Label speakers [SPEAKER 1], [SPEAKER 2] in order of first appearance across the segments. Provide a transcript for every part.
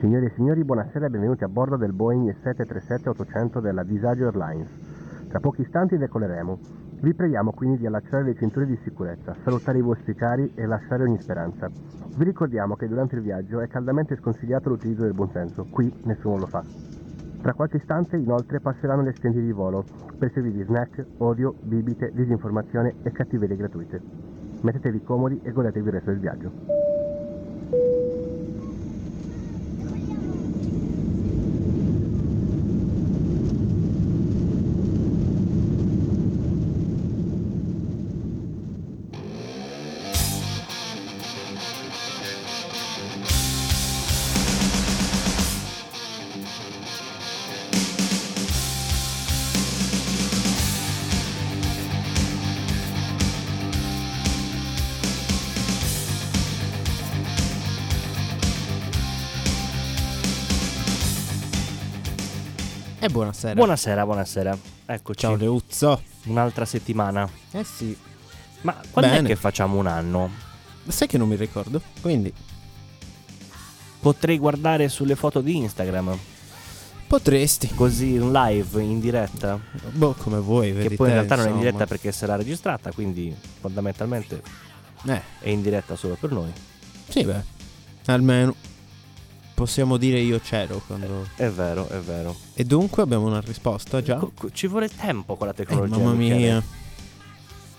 [SPEAKER 1] Signore e signori, buonasera e benvenuti a bordo del Boeing 737-800 della Disagio Airlines. Tra pochi istanti decoleremo. Vi preghiamo quindi di allacciare le cinture di sicurezza, salutare i vostri cari e lasciare ogni speranza. Vi ricordiamo che durante il viaggio è caldamente sconsigliato l'utilizzo del buonsenso, qui nessuno lo fa. Tra qualche istante inoltre passeranno le stenti di volo, per servirvi snack, odio, bibite, disinformazione e cattiverie gratuite. Mettetevi comodi e godetevi il resto del viaggio.
[SPEAKER 2] E buonasera.
[SPEAKER 3] Buonasera, buonasera. Eccoci.
[SPEAKER 2] Ciao Leuzzo.
[SPEAKER 3] Un'altra settimana.
[SPEAKER 2] Eh sì.
[SPEAKER 3] Ma quando
[SPEAKER 2] Bene.
[SPEAKER 3] è che facciamo un anno?
[SPEAKER 2] Sai che non mi ricordo? Quindi
[SPEAKER 3] Potrei guardare sulle foto di Instagram,
[SPEAKER 2] potresti.
[SPEAKER 3] così in live, in diretta.
[SPEAKER 2] Boh, come vuoi, vedi
[SPEAKER 3] che poi in
[SPEAKER 2] te,
[SPEAKER 3] realtà non è in
[SPEAKER 2] insomma.
[SPEAKER 3] diretta perché sarà registrata, quindi fondamentalmente
[SPEAKER 2] Eh,
[SPEAKER 3] è in diretta solo per noi.
[SPEAKER 2] sì, beh. Almeno possiamo dire io c'ero quando
[SPEAKER 3] È vero, è vero.
[SPEAKER 2] E dunque abbiamo una risposta già.
[SPEAKER 3] Co- co- Ci vuole tempo con la
[SPEAKER 2] Eh,
[SPEAKER 3] tecnologia.
[SPEAKER 2] mamma mia.
[SPEAKER 3] Michele.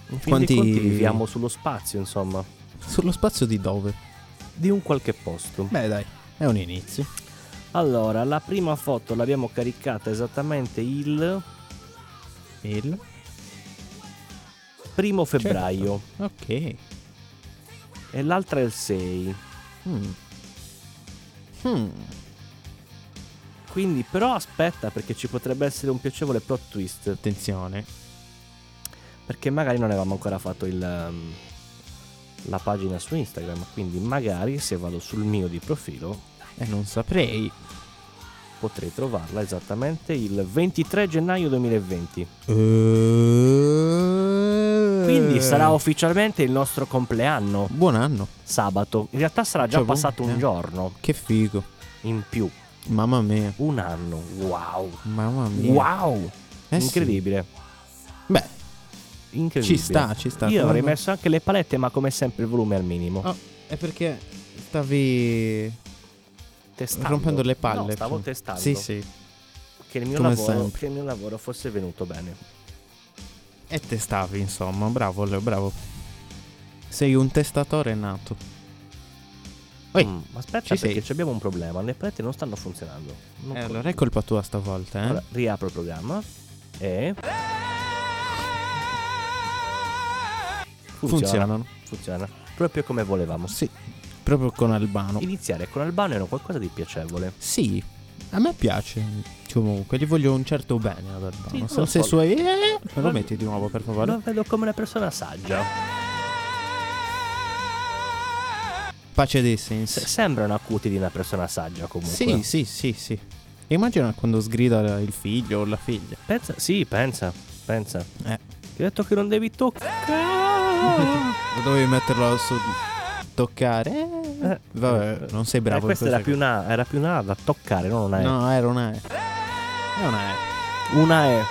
[SPEAKER 3] In fin
[SPEAKER 2] Quanti-
[SPEAKER 3] dei conti viviamo sullo spazio, insomma,
[SPEAKER 2] Sullo spazio di dove?
[SPEAKER 3] di un qualche posto.
[SPEAKER 2] Beh, dai, è un inizio.
[SPEAKER 3] Allora, la prima foto l'abbiamo caricata esattamente il
[SPEAKER 2] Il
[SPEAKER 3] primo
[SPEAKER 2] Certo.
[SPEAKER 3] febbraio
[SPEAKER 2] Ok.
[SPEAKER 3] e l'altra è il 6.
[SPEAKER 2] Mm. Mm.
[SPEAKER 3] Quindi però aspetta perché ci potrebbe essere un piacevole plot twist,
[SPEAKER 2] Attenzione.
[SPEAKER 3] perché magari non avevamo ancora fatto il, um, la pagina su Instagram, quindi magari se vado sul mio di profilo
[SPEAKER 2] Eh, non saprei.
[SPEAKER 3] potrei trovarla esattamente il 23 gennaio 2020. Quindi
[SPEAKER 2] Quindi
[SPEAKER 3] sarà ufficialmente il nostro compleanno,
[SPEAKER 2] Eh. Buon anno.
[SPEAKER 3] sabato. In realtà sarà già
[SPEAKER 2] Cioè,
[SPEAKER 3] passato un
[SPEAKER 2] eh.
[SPEAKER 3] giorno
[SPEAKER 2] Che figo.
[SPEAKER 3] in più,
[SPEAKER 2] Mamma mia.
[SPEAKER 3] un anno. Wow!
[SPEAKER 2] Mamma mia.
[SPEAKER 3] Wow!
[SPEAKER 2] Eh sì.
[SPEAKER 3] Incredibile.
[SPEAKER 2] Beh,
[SPEAKER 3] Incredibile.
[SPEAKER 2] ci sta, ci sta.
[SPEAKER 3] Io avrei
[SPEAKER 2] Come-
[SPEAKER 3] messo anche le palette, ma come sempre il volume al minimo.
[SPEAKER 2] Oh, è perché stavi
[SPEAKER 3] Testando.
[SPEAKER 2] rompendo le palle.
[SPEAKER 3] No, stavo
[SPEAKER 2] cioè.
[SPEAKER 3] testando
[SPEAKER 2] Sì, sì.
[SPEAKER 3] che, il mio
[SPEAKER 2] come
[SPEAKER 3] lavoro,
[SPEAKER 2] sempre.
[SPEAKER 3] che il mio lavoro fosse venuto bene.
[SPEAKER 2] E testavi, insomma. Bravo, Leo, bravo. Sei un testatore nato. Oi,
[SPEAKER 3] Mm, ma aspetta
[SPEAKER 2] ci sei?
[SPEAKER 3] perché ci abbiamo un problema. Le palette non stanno funzionando. Non
[SPEAKER 2] Eh,
[SPEAKER 3] puoi-
[SPEAKER 2] allora è colpa tua stavolta, eh?
[SPEAKER 3] Allora, riapro il programma. E. Funziona.
[SPEAKER 2] Funzionano.
[SPEAKER 3] Funziona. Proprio come volevamo.
[SPEAKER 2] Sì. Proprio con Albano.
[SPEAKER 3] Iniziare con Albano era qualcosa di piacevole.
[SPEAKER 2] Sì. A me piace. Comunque, gli voglio un certo bene ad
[SPEAKER 3] Sì,
[SPEAKER 2] Albano.
[SPEAKER 3] lo
[SPEAKER 2] Se
[SPEAKER 3] so.
[SPEAKER 2] sei suoi. Eh,
[SPEAKER 3] Ma-
[SPEAKER 2] lo metti di nuovo, per favore.
[SPEAKER 3] Lo vedo come una persona saggia.
[SPEAKER 2] Pace dei
[SPEAKER 3] Se-
[SPEAKER 2] sensi.
[SPEAKER 3] sembra una cutie di una persona saggia comunque.
[SPEAKER 2] Sì, sì, sì, sì. Immagina quando sgrida il figlio o la figlia.
[SPEAKER 3] Pensa, sì, pensa, pensa.
[SPEAKER 2] Eh.
[SPEAKER 3] Ti ho detto che non devi toccare.
[SPEAKER 2] Dovevi metterlo su toccare.
[SPEAKER 3] Eh.
[SPEAKER 2] Vabbè, non sei bravo.
[SPEAKER 3] Eh,
[SPEAKER 2] in
[SPEAKER 3] questa era
[SPEAKER 2] queste
[SPEAKER 3] più, una, era più una da toccare, non una
[SPEAKER 2] cose.
[SPEAKER 3] E.
[SPEAKER 2] No, era una E. È una E.
[SPEAKER 3] Una E.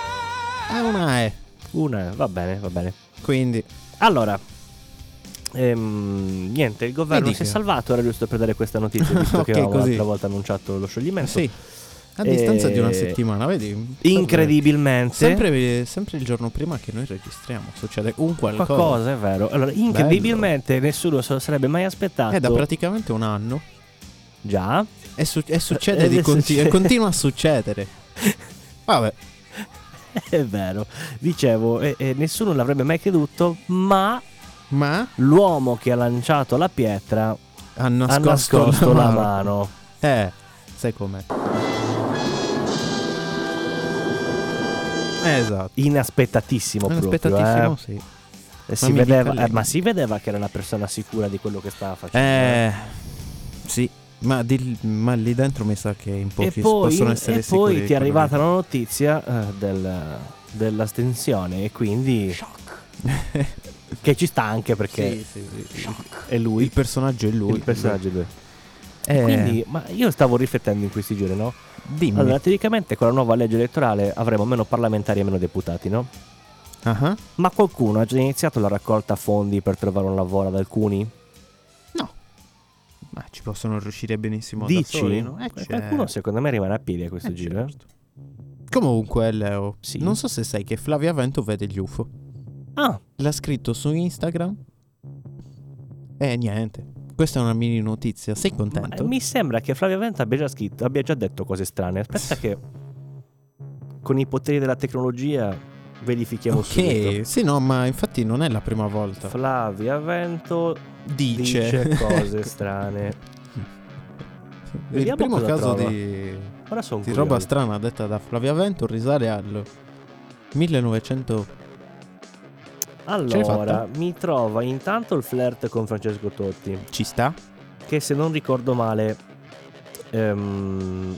[SPEAKER 2] È una E.
[SPEAKER 3] Una E, va bene, va bene.
[SPEAKER 2] Quindi,
[SPEAKER 3] Allora, ehm, niente, il governo
[SPEAKER 2] Mi
[SPEAKER 3] si è
[SPEAKER 2] dica.
[SPEAKER 3] salvato. Era giusto per dare questa notizia, visto
[SPEAKER 2] Ok,
[SPEAKER 3] che avevamo
[SPEAKER 2] così.
[SPEAKER 3] l'altra volta annunciato lo scioglimento.
[SPEAKER 2] sì. A
[SPEAKER 3] E-
[SPEAKER 2] distanza di
[SPEAKER 3] Eh.
[SPEAKER 2] una settimana, vedi?
[SPEAKER 3] Incredibilmente.
[SPEAKER 2] Sempre, sempre il giorno prima che noi registriamo succede un qualcosa.
[SPEAKER 3] Qualcosa è vero. Allora, incredibilmente nessuno se lo sarebbe mai aspettato.
[SPEAKER 2] È Eh, da praticamente un anno.
[SPEAKER 3] Già.
[SPEAKER 2] E, su- e succede
[SPEAKER 3] Ed
[SPEAKER 2] di
[SPEAKER 3] è
[SPEAKER 2] conti-
[SPEAKER 3] successo.
[SPEAKER 2] e continua a succedere. Vabbè,
[SPEAKER 3] È vero, dicevo, e- e nessuno l'avrebbe mai creduto, ma
[SPEAKER 2] ma
[SPEAKER 3] l'uomo che ha lanciato la pietra
[SPEAKER 2] ha
[SPEAKER 3] ha
[SPEAKER 2] nascosto,
[SPEAKER 3] nascosto la mano.
[SPEAKER 2] Eh, sai com'è. Esatto.
[SPEAKER 3] Inaspettatissimo proprio.
[SPEAKER 2] Inaspettatissimo,
[SPEAKER 3] eh.
[SPEAKER 2] sì.
[SPEAKER 3] E si
[SPEAKER 2] mi dica
[SPEAKER 3] vedeva-
[SPEAKER 2] lei.
[SPEAKER 3] eh, ma si vedeva che era una persona sicura di quello che stava facendo. eh.
[SPEAKER 2] Eh, sì. Ma, di- ma lì dentro mi sa che in
[SPEAKER 3] e
[SPEAKER 2] pochi
[SPEAKER 3] poi,
[SPEAKER 2] possono essere
[SPEAKER 3] e
[SPEAKER 2] sicuri.
[SPEAKER 3] poi
[SPEAKER 2] di
[SPEAKER 3] ti è
[SPEAKER 2] quello
[SPEAKER 3] arrivata
[SPEAKER 2] che-
[SPEAKER 3] la notizia eh, del, dell'astensione e quindi... Che ci sta anche perché
[SPEAKER 2] Sì, sì, sì.
[SPEAKER 3] è lui,
[SPEAKER 2] Il personaggio è lui.
[SPEAKER 3] il personaggio è lui.
[SPEAKER 2] Eh,
[SPEAKER 3] Quindi, ma io stavo riflettendo in questi giorni, no?
[SPEAKER 2] dimmi.
[SPEAKER 3] Allora, teoricamente con la nuova legge elettorale avremo meno parlamentari e meno deputati, no?
[SPEAKER 2] Ah,
[SPEAKER 3] Ma qualcuno ha già iniziato la raccolta fondi per trovare un lavoro ad alcuni?
[SPEAKER 2] Ma ci possono riuscire benissimo
[SPEAKER 3] Dici?
[SPEAKER 2] da soli, no? Eh,
[SPEAKER 3] Eh,
[SPEAKER 2] certo.
[SPEAKER 3] Qualcuno secondo me rimane a piedi a questo
[SPEAKER 2] Eh,
[SPEAKER 3] giro. eh.
[SPEAKER 2] certo. Comunque, Leo,
[SPEAKER 3] Sì.
[SPEAKER 2] non so se sai che Flavia Vento vede gli UFO.
[SPEAKER 3] Ah,
[SPEAKER 2] L'ha scritto su Instagram. E niente. Questa è una mini notizia. Sei contento?
[SPEAKER 3] ma mi sembra che Flavia Vento abbia già scritto, abbia già detto cose strane. Aspetta che con i poteri della tecnologia verifichiamo subito.
[SPEAKER 2] Ok, sì, no, ma infatti non è la prima volta.
[SPEAKER 3] Flavia Vento
[SPEAKER 2] dice.
[SPEAKER 3] dice cose strane.
[SPEAKER 2] Il
[SPEAKER 3] Vediamo
[SPEAKER 2] primo
[SPEAKER 3] cosa
[SPEAKER 2] caso
[SPEAKER 3] trova.
[SPEAKER 2] di,
[SPEAKER 3] Ora sono
[SPEAKER 2] di
[SPEAKER 3] curioso.
[SPEAKER 2] roba strana detta da Flavia Vento risale al 1900. Ce l'hai
[SPEAKER 3] Allora,
[SPEAKER 2] fatta?
[SPEAKER 3] mi trova intanto il flirt con Francesco Totti,
[SPEAKER 2] Ci sta?
[SPEAKER 3] che se non ricordo male ehm,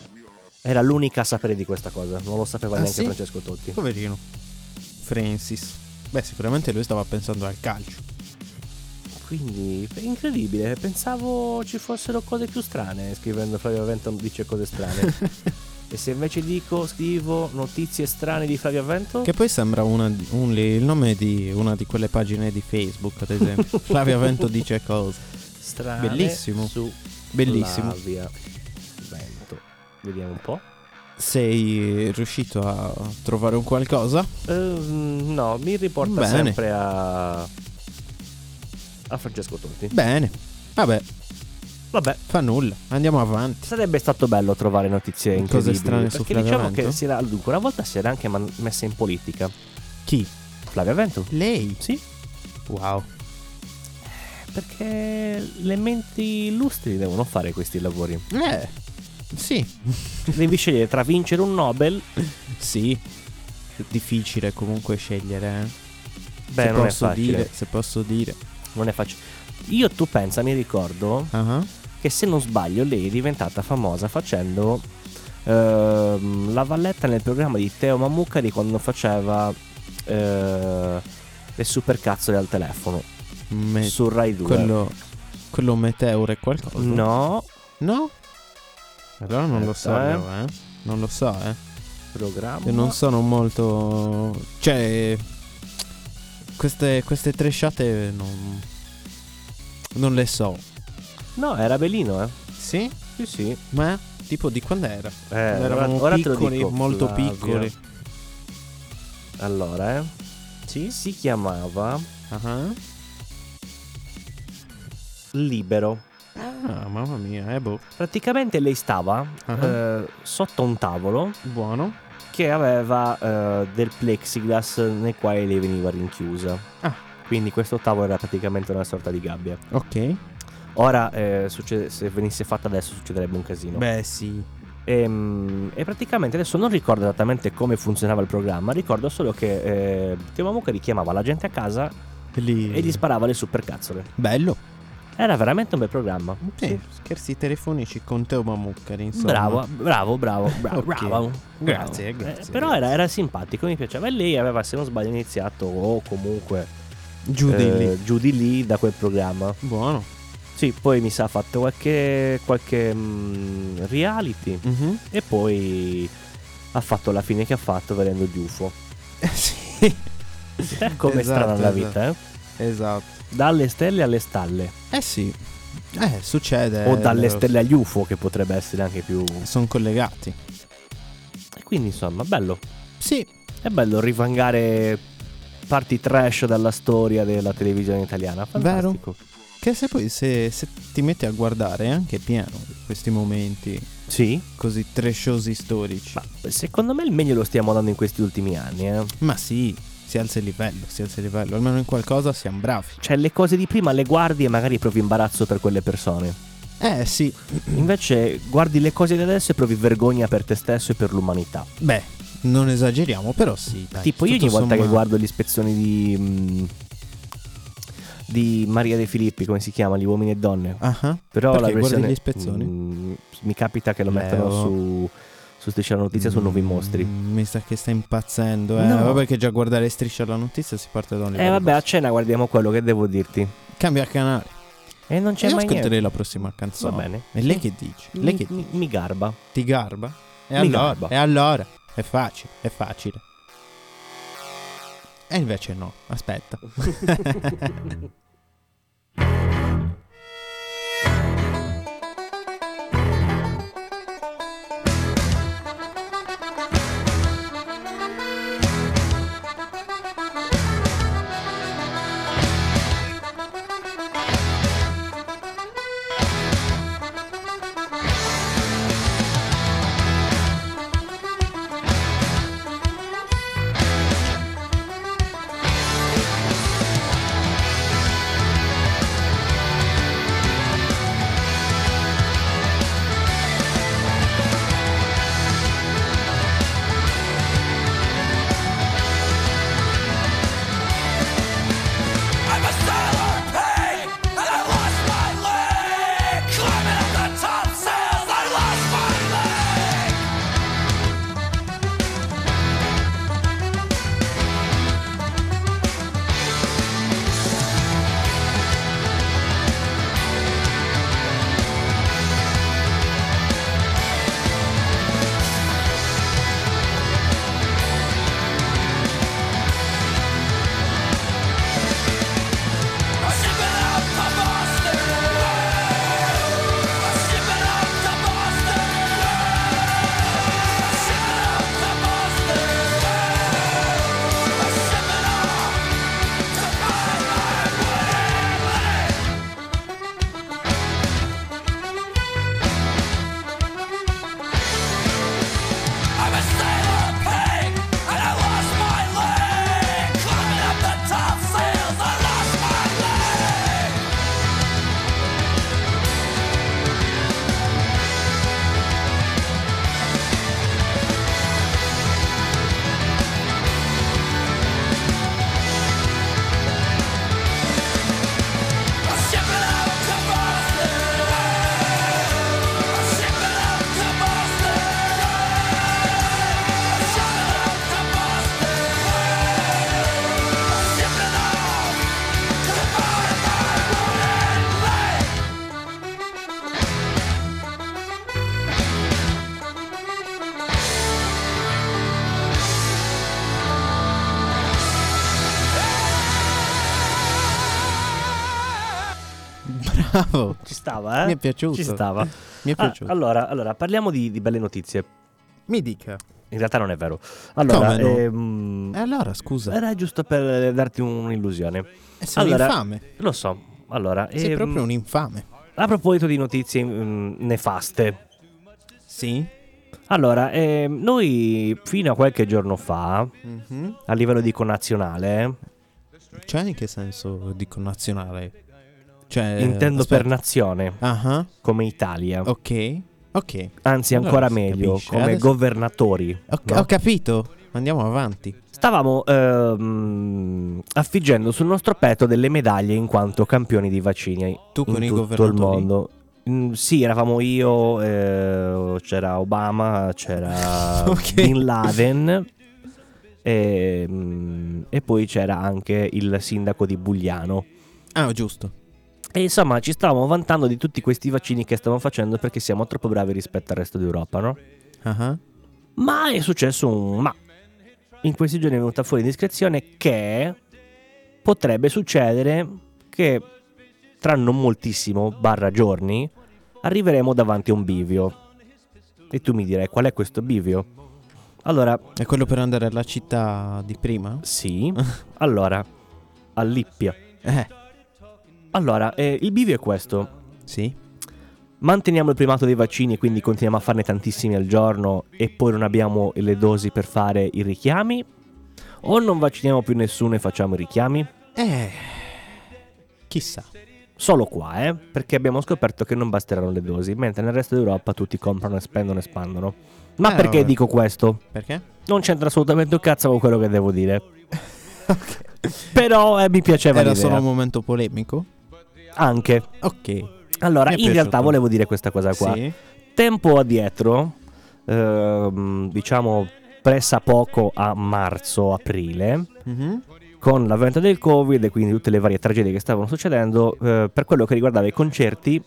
[SPEAKER 3] era l'unica a sapere di questa cosa, non lo sapeva
[SPEAKER 2] Ah,
[SPEAKER 3] neanche
[SPEAKER 2] sì?
[SPEAKER 3] Francesco Totti.
[SPEAKER 2] Poverino. Francis. Beh, sicuramente lui stava pensando al calcio.
[SPEAKER 3] Quindi è incredibile, pensavo ci fossero cose più strane scrivendo Flavio Venton dice cose strane. e se invece dico, scrivo notizie strane di Flavio Venton?
[SPEAKER 2] Che poi sembra una- un- il nome di una di quelle pagine di Facebook, ad esempio. Flavia Vento dice cose.
[SPEAKER 3] strane
[SPEAKER 2] bellissimo.
[SPEAKER 3] su
[SPEAKER 2] Bellissimo.
[SPEAKER 3] Flavia Vento. Vediamo un po'.
[SPEAKER 2] Sei riuscito a trovare un qualcosa?
[SPEAKER 3] Ehm, no, mi riporta
[SPEAKER 2] Bene.
[SPEAKER 3] sempre a... a Francesco Totti.
[SPEAKER 2] Bene. Vabbè,
[SPEAKER 3] Vabbè,
[SPEAKER 2] fa nulla. Andiamo avanti.
[SPEAKER 3] sarebbe stato bello trovare notizie
[SPEAKER 2] Cose
[SPEAKER 3] incredibili.
[SPEAKER 2] strane su
[SPEAKER 3] perché
[SPEAKER 2] Flavia
[SPEAKER 3] diciamo
[SPEAKER 2] Vento?
[SPEAKER 3] che si era, dunque, una volta si era anche man- messa in politica.
[SPEAKER 2] Chi?
[SPEAKER 3] Flavia Vento?
[SPEAKER 2] Lei.
[SPEAKER 3] Sì,
[SPEAKER 2] Wow.
[SPEAKER 3] perché le menti illustri devono fare questi lavori.
[SPEAKER 2] Eh. Sì.
[SPEAKER 3] Devi scegliere tra vincere un Nobel.
[SPEAKER 2] Sì. Difficile comunque scegliere. eh.
[SPEAKER 3] Beh,
[SPEAKER 2] se
[SPEAKER 3] non è
[SPEAKER 2] posso
[SPEAKER 3] facile.
[SPEAKER 2] dire, se posso dire.
[SPEAKER 3] Non è facile. Io tu pensa, mi ricordo
[SPEAKER 2] Ah ah.
[SPEAKER 3] che se non sbaglio lei è diventata famosa facendo ehm, la valletta nel programma di Teo Mamucca di quando faceva eh, le supercazzole al telefono
[SPEAKER 2] Me-
[SPEAKER 3] su Rai 2.
[SPEAKER 2] quello quello meteore è qualcosa?
[SPEAKER 3] No,
[SPEAKER 2] No? Allora non lo so,
[SPEAKER 3] Aspetta, eh.
[SPEAKER 2] Leo, eh. Non lo so, eh.
[SPEAKER 3] programma.
[SPEAKER 2] Io non sono molto cioè queste queste tresciate non non le so.
[SPEAKER 3] No, era Belino, eh.
[SPEAKER 2] Sì?
[SPEAKER 3] Sì, sì.
[SPEAKER 2] Ma tipo di quando era?
[SPEAKER 3] Eh,
[SPEAKER 2] Quando eravamo
[SPEAKER 3] ora, ora te lo
[SPEAKER 2] piccoli,
[SPEAKER 3] dico,
[SPEAKER 2] molto
[SPEAKER 3] Flavio.
[SPEAKER 2] piccoli.
[SPEAKER 3] Allora, eh.
[SPEAKER 2] Sì?
[SPEAKER 3] Si chiamava
[SPEAKER 2] Ah ah.
[SPEAKER 3] Libero.
[SPEAKER 2] Ah, mamma mia, eh boh.
[SPEAKER 3] Praticamente lei stava
[SPEAKER 2] Ah.
[SPEAKER 3] eh, sotto un tavolo
[SPEAKER 2] Buono.
[SPEAKER 3] che aveva eh, del plexiglass nel quale lei veniva rinchiusa.
[SPEAKER 2] Ah.
[SPEAKER 3] Quindi questo tavolo era praticamente una sorta di gabbia.
[SPEAKER 2] Ok.
[SPEAKER 3] Ora, eh, succede- se venisse fatta adesso, succederebbe un casino.
[SPEAKER 2] Beh, sì.
[SPEAKER 3] Ehm, E, praticamente adesso non ricordo esattamente come funzionava il programma, ricordo solo che eh, Tio Mamuka richiamava la gente a casa
[SPEAKER 2] Lì.
[SPEAKER 3] e gli sparava le supercazzole.
[SPEAKER 2] Bello.
[SPEAKER 3] Era veramente un bel programma.
[SPEAKER 2] Sì, scherzi telefonici con Teo Mammuccari, insomma.
[SPEAKER 3] Bravo, bravo, bravo, bravo,
[SPEAKER 2] Ok.
[SPEAKER 3] bravo.
[SPEAKER 2] Grazie,
[SPEAKER 3] Bravo.
[SPEAKER 2] grazie,
[SPEAKER 3] Eh, però era, era simpatico, mi piaceva. E lei aveva, se non sbaglio, iniziato o comunque
[SPEAKER 2] Giù di
[SPEAKER 3] eh,
[SPEAKER 2] lì.
[SPEAKER 3] giù di lì da quel programma.
[SPEAKER 2] Buono.
[SPEAKER 3] Sì, poi mi sa ha fatto qualche, qualche mm, reality
[SPEAKER 2] Mhm.
[SPEAKER 3] e poi ha fatto la fine che ha fatto vedendo gli UFO.
[SPEAKER 2] sì.
[SPEAKER 3] Eh, come è
[SPEAKER 2] Esatto,
[SPEAKER 3] strana la
[SPEAKER 2] esatto.
[SPEAKER 3] vita, eh?
[SPEAKER 2] Esatto.
[SPEAKER 3] Dalle stelle alle stalle.
[SPEAKER 2] Eh sì. Eh, succede.
[SPEAKER 3] o dalle stelle agli UFO, che potrebbe essere anche più...
[SPEAKER 2] Sono collegati.
[SPEAKER 3] E quindi, insomma, bello.
[SPEAKER 2] Sì.
[SPEAKER 3] È bello rivangare parti trash dalla storia della televisione italiana. Fantastico.
[SPEAKER 2] Che se poi se, se ti metti a guardare è anche pieno di questi momenti
[SPEAKER 3] Sì.
[SPEAKER 2] così tresciosi storici.
[SPEAKER 3] Ma secondo me il meglio lo stiamo dando in questi ultimi anni. eh.
[SPEAKER 2] Ma sì, si alza il livello, si alza il livello. Almeno in qualcosa siamo bravi.
[SPEAKER 3] Cioè, le cose di prima le guardi e magari provi imbarazzo per quelle persone.
[SPEAKER 2] Eh sì,
[SPEAKER 3] Invece, guardi le cose di adesso e provi vergogna per te stesso e per l'umanità.
[SPEAKER 2] beh, non esageriamo, però sì. dai,
[SPEAKER 3] tipo, io ogni
[SPEAKER 2] tutto
[SPEAKER 3] volta che
[SPEAKER 2] sommato.
[SPEAKER 3] guardo le ispezioni di. mm, di Maria De Filippi, come si chiama? Gli uomini e donne.
[SPEAKER 2] Ah ah.
[SPEAKER 3] Però
[SPEAKER 2] Perché
[SPEAKER 3] la versione
[SPEAKER 2] guardi gli spezzoni?
[SPEAKER 3] Mm, mi capita che lo
[SPEAKER 2] Leo.
[SPEAKER 3] mettono su su Striscia la Notizia su Nuovi
[SPEAKER 2] Mm,
[SPEAKER 3] Mostri.
[SPEAKER 2] Mi sa che sta impazzendo, eh.
[SPEAKER 3] No.
[SPEAKER 2] Vabbè che già guardare striscia la notizia si parte da un
[SPEAKER 3] E
[SPEAKER 2] livello.
[SPEAKER 3] vabbè, a
[SPEAKER 2] basso.
[SPEAKER 3] cena guardiamo quello che devo dirti. Eh,
[SPEAKER 2] Cambia canale.
[SPEAKER 3] E non c'è
[SPEAKER 2] Io
[SPEAKER 3] mai
[SPEAKER 2] ascolterei
[SPEAKER 3] niente.
[SPEAKER 2] la prossima canzone.
[SPEAKER 3] Va bene.
[SPEAKER 2] E lei che dice? Lei che
[SPEAKER 3] Mi-
[SPEAKER 2] dice?
[SPEAKER 3] mi garba.
[SPEAKER 2] Ti garba? E
[SPEAKER 3] Mi
[SPEAKER 2] allora?
[SPEAKER 3] garba.
[SPEAKER 2] E allora? È facile, è facile. E invece no, aspetta.
[SPEAKER 4] I'm a sailor pig, and I lost my leg. Climbing up the top sails, I lost my leg. I'm shipping out to Boston. I'm shipping out to Boston. I'm shipping out to Boston. I'm shipping out to find my way. I'm a sailor pig, and I lost my leg. Climbing up the top sails, I lost my leg. I'm shipping out to Boston. I'm shipping out to Boston. I'm shipping out to Boston. I'm shipping out to find my wooden leg.
[SPEAKER 2] Bravo.
[SPEAKER 3] Ci stava, eh?
[SPEAKER 2] Mi è piaciuto.
[SPEAKER 3] Ci stava.
[SPEAKER 2] Mi è
[SPEAKER 3] Ah,
[SPEAKER 2] piaciuto.
[SPEAKER 3] allora, allora, parliamo di, di belle notizie.
[SPEAKER 2] Mi dica.
[SPEAKER 3] In realtà non è vero. Allora,
[SPEAKER 2] Come no?
[SPEAKER 3] ehm,
[SPEAKER 2] E allora, scusa.
[SPEAKER 3] era giusto per darti un'illusione.
[SPEAKER 2] Eh, sei un
[SPEAKER 3] allora,
[SPEAKER 2] infame.
[SPEAKER 3] Lo so. Allora,
[SPEAKER 2] Sei
[SPEAKER 3] ehm,
[SPEAKER 2] proprio un infame.
[SPEAKER 3] a proposito di notizie mm, nefaste.
[SPEAKER 2] Sì.
[SPEAKER 3] Allora, ehm, noi fino a qualche giorno fa, a livello dico nazionale, eh,
[SPEAKER 2] Cioè, in che senso dico nazionale? Cioè,
[SPEAKER 3] intendo per
[SPEAKER 2] aspetta.
[SPEAKER 3] nazione,
[SPEAKER 2] Ah,
[SPEAKER 3] come Italia,
[SPEAKER 2] ok. Ok.
[SPEAKER 3] anzi
[SPEAKER 2] allora
[SPEAKER 3] ancora
[SPEAKER 2] si
[SPEAKER 3] meglio,
[SPEAKER 2] capisce.
[SPEAKER 3] come
[SPEAKER 2] Adesso-
[SPEAKER 3] governatori.
[SPEAKER 2] Ho,
[SPEAKER 3] no?
[SPEAKER 2] ho capito. Andiamo avanti.
[SPEAKER 3] Stavamo ehm, affiggendo sul nostro petto delle medaglie in quanto campioni di vaccini
[SPEAKER 2] Tu
[SPEAKER 3] in
[SPEAKER 2] con i
[SPEAKER 3] tutto il
[SPEAKER 2] governatori.
[SPEAKER 3] mondo. Mm, sì, eravamo io, eh, c'era Obama, c'era
[SPEAKER 2] Ok.
[SPEAKER 3] Bin Laden e, mm, e poi c'era anche il sindaco di Bugliano.
[SPEAKER 2] Ah, giusto.
[SPEAKER 3] E insomma ci stavamo vantando di tutti questi vaccini che stavamo facendo perché siamo troppo bravi rispetto al resto d'Europa, no?
[SPEAKER 2] Ah, ah.
[SPEAKER 3] Ma è successo un ma. In questi giorni è venuta fuori indiscrezione che potrebbe succedere che tra non moltissimo, barra giorni, arriveremo davanti a un bivio. E tu mi direi qual è questo bivio? Allora,
[SPEAKER 2] È quello per andare alla città di prima?
[SPEAKER 3] sì. Allora, a Lippia.
[SPEAKER 2] Eh,
[SPEAKER 3] Allora, eh, il bivio è questo.
[SPEAKER 2] sì.
[SPEAKER 3] Manteniamo il primato dei vaccini, quindi continuiamo a farne tantissimi al giorno e poi non abbiamo le dosi per fare i richiami? O non vacciniamo più nessuno e facciamo i richiami?
[SPEAKER 2] Eh, chissà.
[SPEAKER 3] Solo qua, eh? Perché abbiamo scoperto che non basteranno le dosi, mentre nel resto d'Europa tutti comprano e spendono e espandono. Ma
[SPEAKER 2] Eh,
[SPEAKER 3] perché
[SPEAKER 2] vabbè.
[SPEAKER 3] dico questo?
[SPEAKER 2] Perché?
[SPEAKER 3] Non c'entra assolutamente un cazzo con quello che devo dire. Però eh, mi piaceva
[SPEAKER 2] Era
[SPEAKER 3] l'idea.
[SPEAKER 2] solo un momento polemico?
[SPEAKER 3] Anche.
[SPEAKER 2] Ok.
[SPEAKER 3] Allora,
[SPEAKER 2] Mi è
[SPEAKER 3] in realtà
[SPEAKER 2] piaciuto.
[SPEAKER 3] volevo dire questa cosa qua.
[SPEAKER 2] Sì.
[SPEAKER 3] tempo addietro, ehm, diciamo pressa poco a marzo-aprile,
[SPEAKER 2] Mhm.
[SPEAKER 3] con l'avvento del Covid e quindi tutte le varie tragedie che stavano succedendo, eh, per quello che riguardava i concerti,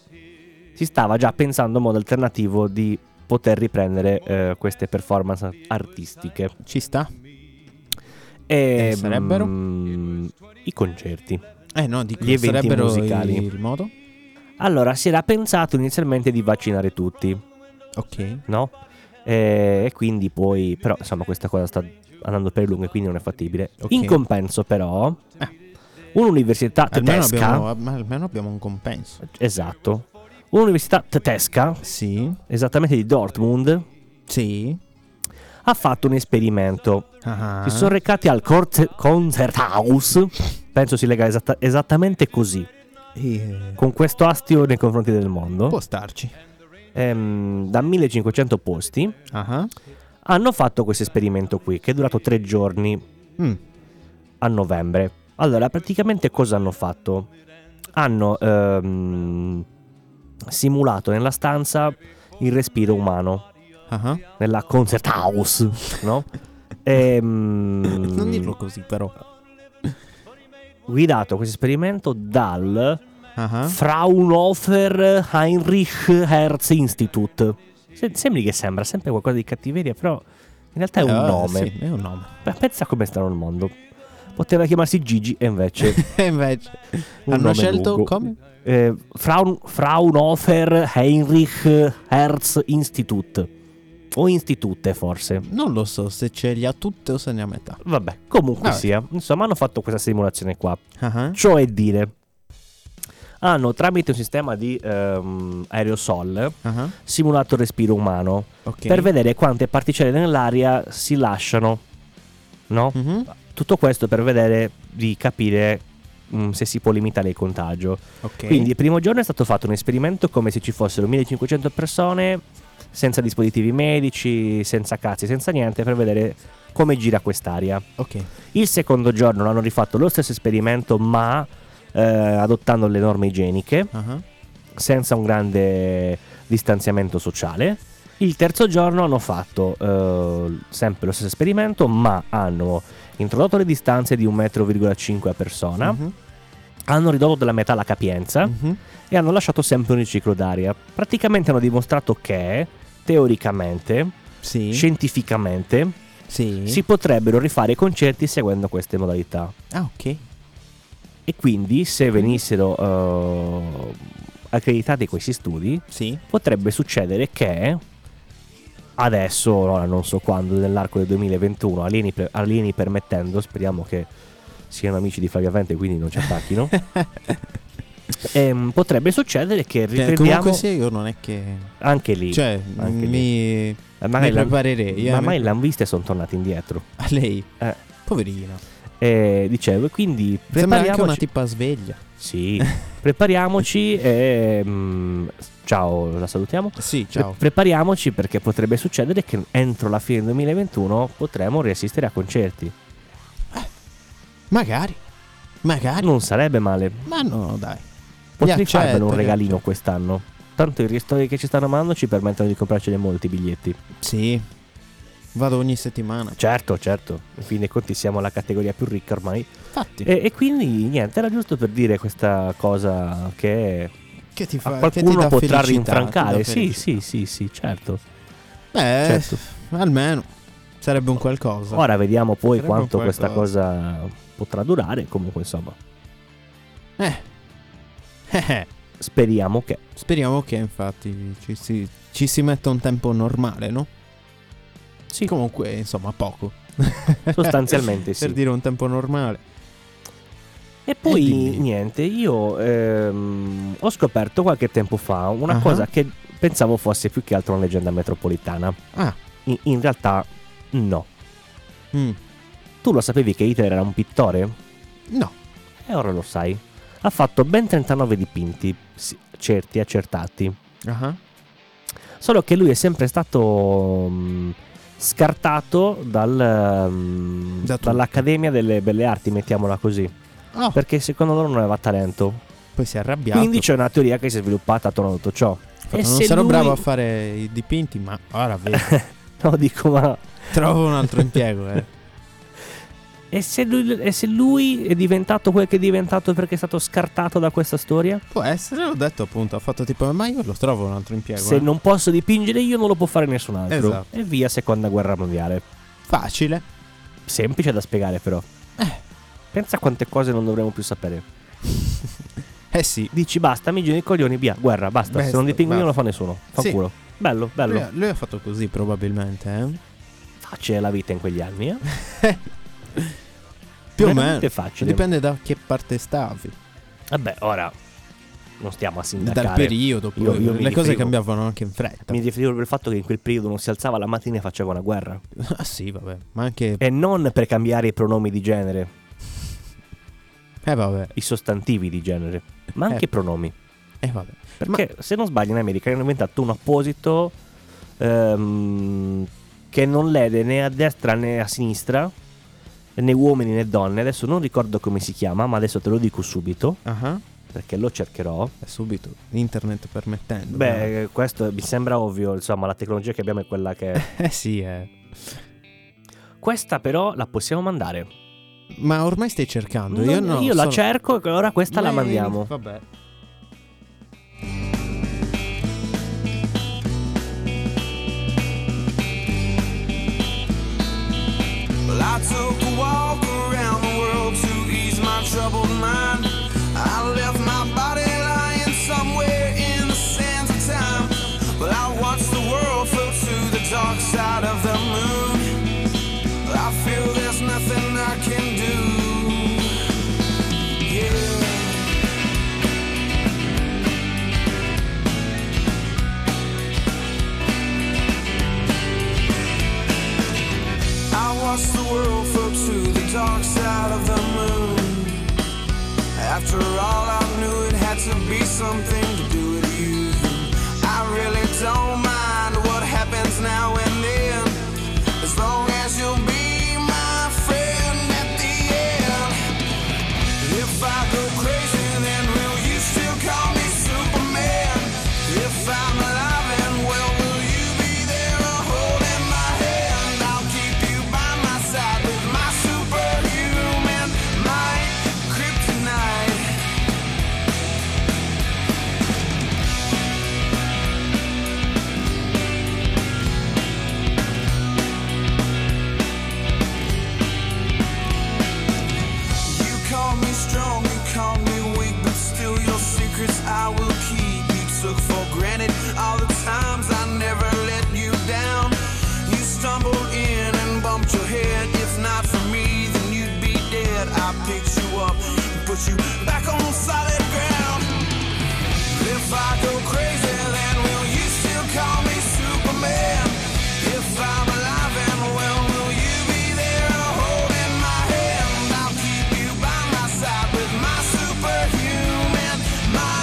[SPEAKER 3] si stava già pensando a modo alternativo di poter riprendere eh, queste performance artistiche.
[SPEAKER 2] Ci sta?
[SPEAKER 3] E,
[SPEAKER 2] E sarebbero?
[SPEAKER 3] mm, I concerti.
[SPEAKER 2] Eh no, dico,
[SPEAKER 3] Gli eventi
[SPEAKER 2] sarebbero
[SPEAKER 3] musicali.
[SPEAKER 2] il modo?
[SPEAKER 3] Allora, si era pensato inizialmente di vaccinare tutti,
[SPEAKER 2] Ok.
[SPEAKER 3] no? Eh, E quindi poi, però, insomma, questa cosa sta andando per lungo e quindi non è fattibile.
[SPEAKER 2] Ok. Eh.
[SPEAKER 3] In compenso, però, un'università
[SPEAKER 2] Almeno
[SPEAKER 3] tedesca.
[SPEAKER 2] abbiamo, ma almeno abbiamo un compenso.
[SPEAKER 3] Esatto. Un'università tedesca,
[SPEAKER 2] Sì.
[SPEAKER 3] esattamente di Dortmund,
[SPEAKER 2] Sì.
[SPEAKER 3] ha fatto un esperimento.
[SPEAKER 2] Ah.
[SPEAKER 3] Si sono recati al Corte- Concerthaus, penso si lega esatta- esattamente così,
[SPEAKER 2] Eh,
[SPEAKER 3] con questo astio nei confronti del mondo,
[SPEAKER 2] Può starci.
[SPEAKER 3] Ehm, da 1500 posti.
[SPEAKER 2] Ah.
[SPEAKER 3] Hanno fatto questo esperimento qui, che è durato tre giorni
[SPEAKER 2] Mm.
[SPEAKER 3] a novembre. Allora, praticamente cosa hanno fatto? Hanno ehm, simulato nella stanza il respiro umano.
[SPEAKER 2] Ah.
[SPEAKER 3] nella concert house, no? Ehm,
[SPEAKER 2] Non dirlo così però.
[SPEAKER 3] Guidato questo esperimento dal
[SPEAKER 2] Ah.
[SPEAKER 3] Fraunhofer Heinrich Herz Institute. Se- sembri che sembra sempre qualcosa di cattiveria, però in realtà è un
[SPEAKER 2] Eh,
[SPEAKER 3] nome.
[SPEAKER 2] Sì, è un nome.
[SPEAKER 3] Beh, pensa come sta il mondo. Poteva chiamarsi Gigi e invece
[SPEAKER 2] E invece
[SPEAKER 3] un
[SPEAKER 2] hanno
[SPEAKER 3] nome
[SPEAKER 2] scelto
[SPEAKER 3] lungo.
[SPEAKER 2] come?
[SPEAKER 3] Eh, Fraun- Fraunhofer Heinrich Herz Institute. O Institute forse.
[SPEAKER 2] Non lo so se ce li ha tutte o se ne ha metà.
[SPEAKER 3] Vabbè, comunque
[SPEAKER 2] Vabbè.
[SPEAKER 3] sia. Insomma, hanno fatto questa simulazione qua.
[SPEAKER 2] Ah.
[SPEAKER 3] Ciò è dire, hanno tramite un sistema di ehm, aerosol
[SPEAKER 2] Ah.
[SPEAKER 3] simulato il respiro umano
[SPEAKER 2] Ok.
[SPEAKER 3] per vedere quante particelle nell'aria si lasciano. No?
[SPEAKER 2] Mhm.
[SPEAKER 3] Tutto questo per vedere di capire mm, se si può limitare il contagio.
[SPEAKER 2] Ok.
[SPEAKER 3] Quindi il primo giorno è stato fatto un esperimento come se ci fossero 1500 persone senza dispositivi medici, senza cazzi, senza niente per vedere come gira quest'aria.
[SPEAKER 2] Ok.
[SPEAKER 3] Il secondo giorno hanno rifatto lo stesso esperimento, ma eh, adottando le norme igieniche,
[SPEAKER 2] Ah.
[SPEAKER 3] senza un grande distanziamento sociale. Il terzo giorno hanno fatto eh, sempre lo stesso esperimento, ma hanno introdotto le distanze di 1,5 m a persona,
[SPEAKER 2] Mhm.
[SPEAKER 3] hanno ridotto della metà la capienza
[SPEAKER 2] Mhm.
[SPEAKER 3] e hanno lasciato sempre un riciclo d'aria. Praticamente hanno dimostrato che, teoricamente,
[SPEAKER 2] Sì.
[SPEAKER 3] scientificamente,
[SPEAKER 2] sì.
[SPEAKER 3] si potrebbero rifare i concerti seguendo queste modalità.
[SPEAKER 2] Ah, ok.
[SPEAKER 3] E quindi, se venissero eh, accreditati questi studi,
[SPEAKER 2] Sì.
[SPEAKER 3] potrebbe succedere che adesso, ora non so quando, nell'arco del 2021, alieni, pre- alieni permettendo, speriamo che siano amici di Flavia Vente quindi non ci attacchino, ehm, potrebbe succedere che
[SPEAKER 2] Cioè,
[SPEAKER 3] riprendiamo
[SPEAKER 2] comunque sì, io non è che...
[SPEAKER 3] anche lì.
[SPEAKER 2] Cioè,
[SPEAKER 3] anche
[SPEAKER 2] mi...
[SPEAKER 3] Eh, magari
[SPEAKER 2] mi
[SPEAKER 3] l'han-
[SPEAKER 2] preparerei, eh,
[SPEAKER 3] ma
[SPEAKER 2] mi-
[SPEAKER 3] mai l'hanno vista e sono tornati indietro.
[SPEAKER 2] A lei.
[SPEAKER 3] Eh.
[SPEAKER 2] Poverina.
[SPEAKER 3] Eh, dicevo, e quindi
[SPEAKER 2] Sembra anche una
[SPEAKER 3] prepariamoci.
[SPEAKER 2] tipa sveglia.
[SPEAKER 3] Sì, prepariamoci e... mm, ciao, la salutiamo.
[SPEAKER 2] Sì,
[SPEAKER 3] Pre-
[SPEAKER 2] ciao.
[SPEAKER 3] prepariamoci perché potrebbe succedere che entro la fine del 2021 potremo riassistere a concerti.
[SPEAKER 2] Magari. Magari.
[SPEAKER 3] Non sarebbe male.
[SPEAKER 2] Ma no, dai.
[SPEAKER 3] Potrei
[SPEAKER 2] accetto,
[SPEAKER 3] farvelo un
[SPEAKER 2] li
[SPEAKER 3] regalino quest'anno. Tanto i ristori che ci stanno amando ci permettono di comprarcene molti biglietti.
[SPEAKER 2] Sì. Vado ogni settimana.
[SPEAKER 3] Certo, certo. In fin dei conti siamo la categoria più ricca ormai.
[SPEAKER 2] Infatti.
[SPEAKER 3] E, e quindi niente, era giusto per dire questa cosa che
[SPEAKER 2] che ti
[SPEAKER 3] a
[SPEAKER 2] fa... che ti
[SPEAKER 3] qualcuno
[SPEAKER 2] dà felicità, ti dà
[SPEAKER 3] potrà rinfrancare. Sì,
[SPEAKER 2] felicità. Eh,
[SPEAKER 3] sì, sì, sì, certo.
[SPEAKER 2] Beh,
[SPEAKER 3] certo.
[SPEAKER 2] almeno. Sarebbe un qualcosa.
[SPEAKER 3] Ora vediamo poi
[SPEAKER 2] Sarebbe
[SPEAKER 3] quanto
[SPEAKER 2] un
[SPEAKER 3] questa
[SPEAKER 2] qualcosa.
[SPEAKER 3] cosa potrà durare. Comunque, insomma,
[SPEAKER 2] Eh. Eh, eh.
[SPEAKER 3] speriamo che.
[SPEAKER 2] Speriamo che infatti ci si, ci si metta un tempo normale, no?
[SPEAKER 3] Sì.
[SPEAKER 2] Comunque, insomma, poco.
[SPEAKER 3] Sostanzialmente sì.
[SPEAKER 2] Per dire un tempo normale.
[SPEAKER 3] E poi
[SPEAKER 2] dimmi.
[SPEAKER 3] niente, io ehm, ho scoperto qualche tempo fa una
[SPEAKER 2] Ah.
[SPEAKER 3] cosa che pensavo fosse più che altro una leggenda metropolitana.
[SPEAKER 2] Ah.
[SPEAKER 3] In, in realtà no.
[SPEAKER 2] Mm.
[SPEAKER 3] Tu lo sapevi che Hitler era un pittore?
[SPEAKER 2] No.
[SPEAKER 3] E ora lo sai. Ha fatto ben 39 dipinti, sì, certi, accertati.
[SPEAKER 2] Ah.
[SPEAKER 3] Solo che lui è sempre stato mm, scartato dal, mm,
[SPEAKER 2] Da tutti.
[SPEAKER 3] dall'Accademia delle Belle Arti, mettiamola così.
[SPEAKER 2] Ah,
[SPEAKER 3] Perché secondo loro non aveva talento.
[SPEAKER 2] poi si è arrabbiato.
[SPEAKER 3] Quindi cioè, c'è una teoria che si è sviluppata attorno a tutto ciò.
[SPEAKER 2] Fatto, non sarò bravo a fare i dipinti, ma ora vedo.
[SPEAKER 3] No, dico, ma
[SPEAKER 2] Trovo un altro impiego, eh.
[SPEAKER 3] E se, lui, e se lui è diventato quel che è diventato perché è stato scartato da questa storia?
[SPEAKER 2] Può essere, l'ho detto appunto, ha fatto tipo, ma io lo trovo un altro impiego.
[SPEAKER 3] Se
[SPEAKER 2] eh."
[SPEAKER 3] non posso dipingere io non lo può fare nessun altro.
[SPEAKER 2] Esatto.
[SPEAKER 3] E via seconda guerra mondiale.
[SPEAKER 2] Facile.
[SPEAKER 3] Semplice da spiegare però. Pensa a quante cose non dovremmo più sapere.
[SPEAKER 2] Eh sì,
[SPEAKER 3] Dici basta, mi giro i coglioni, via, guerra, basta. Se
[SPEAKER 2] Basta,
[SPEAKER 3] non dipingo io non lo
[SPEAKER 2] basta.
[SPEAKER 3] fa nessuno. Fa
[SPEAKER 2] Sì.
[SPEAKER 3] culo. Bello, bello.
[SPEAKER 2] lui, lui ha fatto così probabilmente. eh.
[SPEAKER 3] Facile la vita in quegli anni, eh?
[SPEAKER 2] Più o meno.
[SPEAKER 3] Veramente facile.
[SPEAKER 2] Dipende da che parte stavi,
[SPEAKER 3] Vabbè, ora non stiamo a sindacare.
[SPEAKER 2] dal periodo.
[SPEAKER 3] Io-
[SPEAKER 2] poi.
[SPEAKER 3] io mi
[SPEAKER 2] le cose
[SPEAKER 3] riferivo-
[SPEAKER 2] cambiavano anche in fretta.
[SPEAKER 3] Mi riferivo per il fatto che in quel periodo non si alzava la mattina e faceva una guerra.
[SPEAKER 2] Ah sì, vabbè, ma anche...
[SPEAKER 3] E non per cambiare i pronomi di genere,
[SPEAKER 2] Eh vabbè,
[SPEAKER 3] i sostantivi di genere, ma anche
[SPEAKER 2] Eh.
[SPEAKER 3] i pronomi.
[SPEAKER 2] eh vabbè.
[SPEAKER 3] Perché se non sbaglio in America hanno inventato un apposito ehm, che non lede né a destra né a sinistra, né uomini né donne. Adesso non ricordo come si chiama, ma adesso te lo dico subito
[SPEAKER 2] Ma... Ah,
[SPEAKER 3] perché lo cercherò.
[SPEAKER 2] eh, Subito, internet permettendo. eh.
[SPEAKER 3] Beh, questo mi sembra ovvio, insomma, la tecnologia che abbiamo è quella che...
[SPEAKER 2] Eh sì, eh.
[SPEAKER 3] Questa però la possiamo mandare.
[SPEAKER 2] Ma ormai stai cercando, io no.
[SPEAKER 3] io la
[SPEAKER 2] sono-
[SPEAKER 3] cerco e allora questa la
[SPEAKER 2] Beh,
[SPEAKER 3] mandiamo.
[SPEAKER 2] Vabbè.
[SPEAKER 4] Well, I took a walk around the world to ease my troubled mind. I left my body lying somewhere in the sands of time. Well, I watched the world float to the dark side of the moon. Well, I feel there's nothing I can do. Yeah. I watched the world float to the dark side of the moon. After all, I knew it had to be something to do with you. I really don't mind what happens now and then, as long as you'll be my friend at the end. If I go crazy, then will you still call me Superman? If I'm alive and well, will you be there or holding my hand? I'll keep you by my side with my superhuman might, kryptonite. You call me strong, you call me weak, but still your secrets I will keep. You took for granted all the times I never let you down. You stumbled in and bumped your head. If not for me, then you'd be dead. I picked you up and put you back on solid ground. If I go crazy, then will you still call me Superman? If I'm alive and well, will you be there holding my hand? I'll keep you by my side with my superhuman, my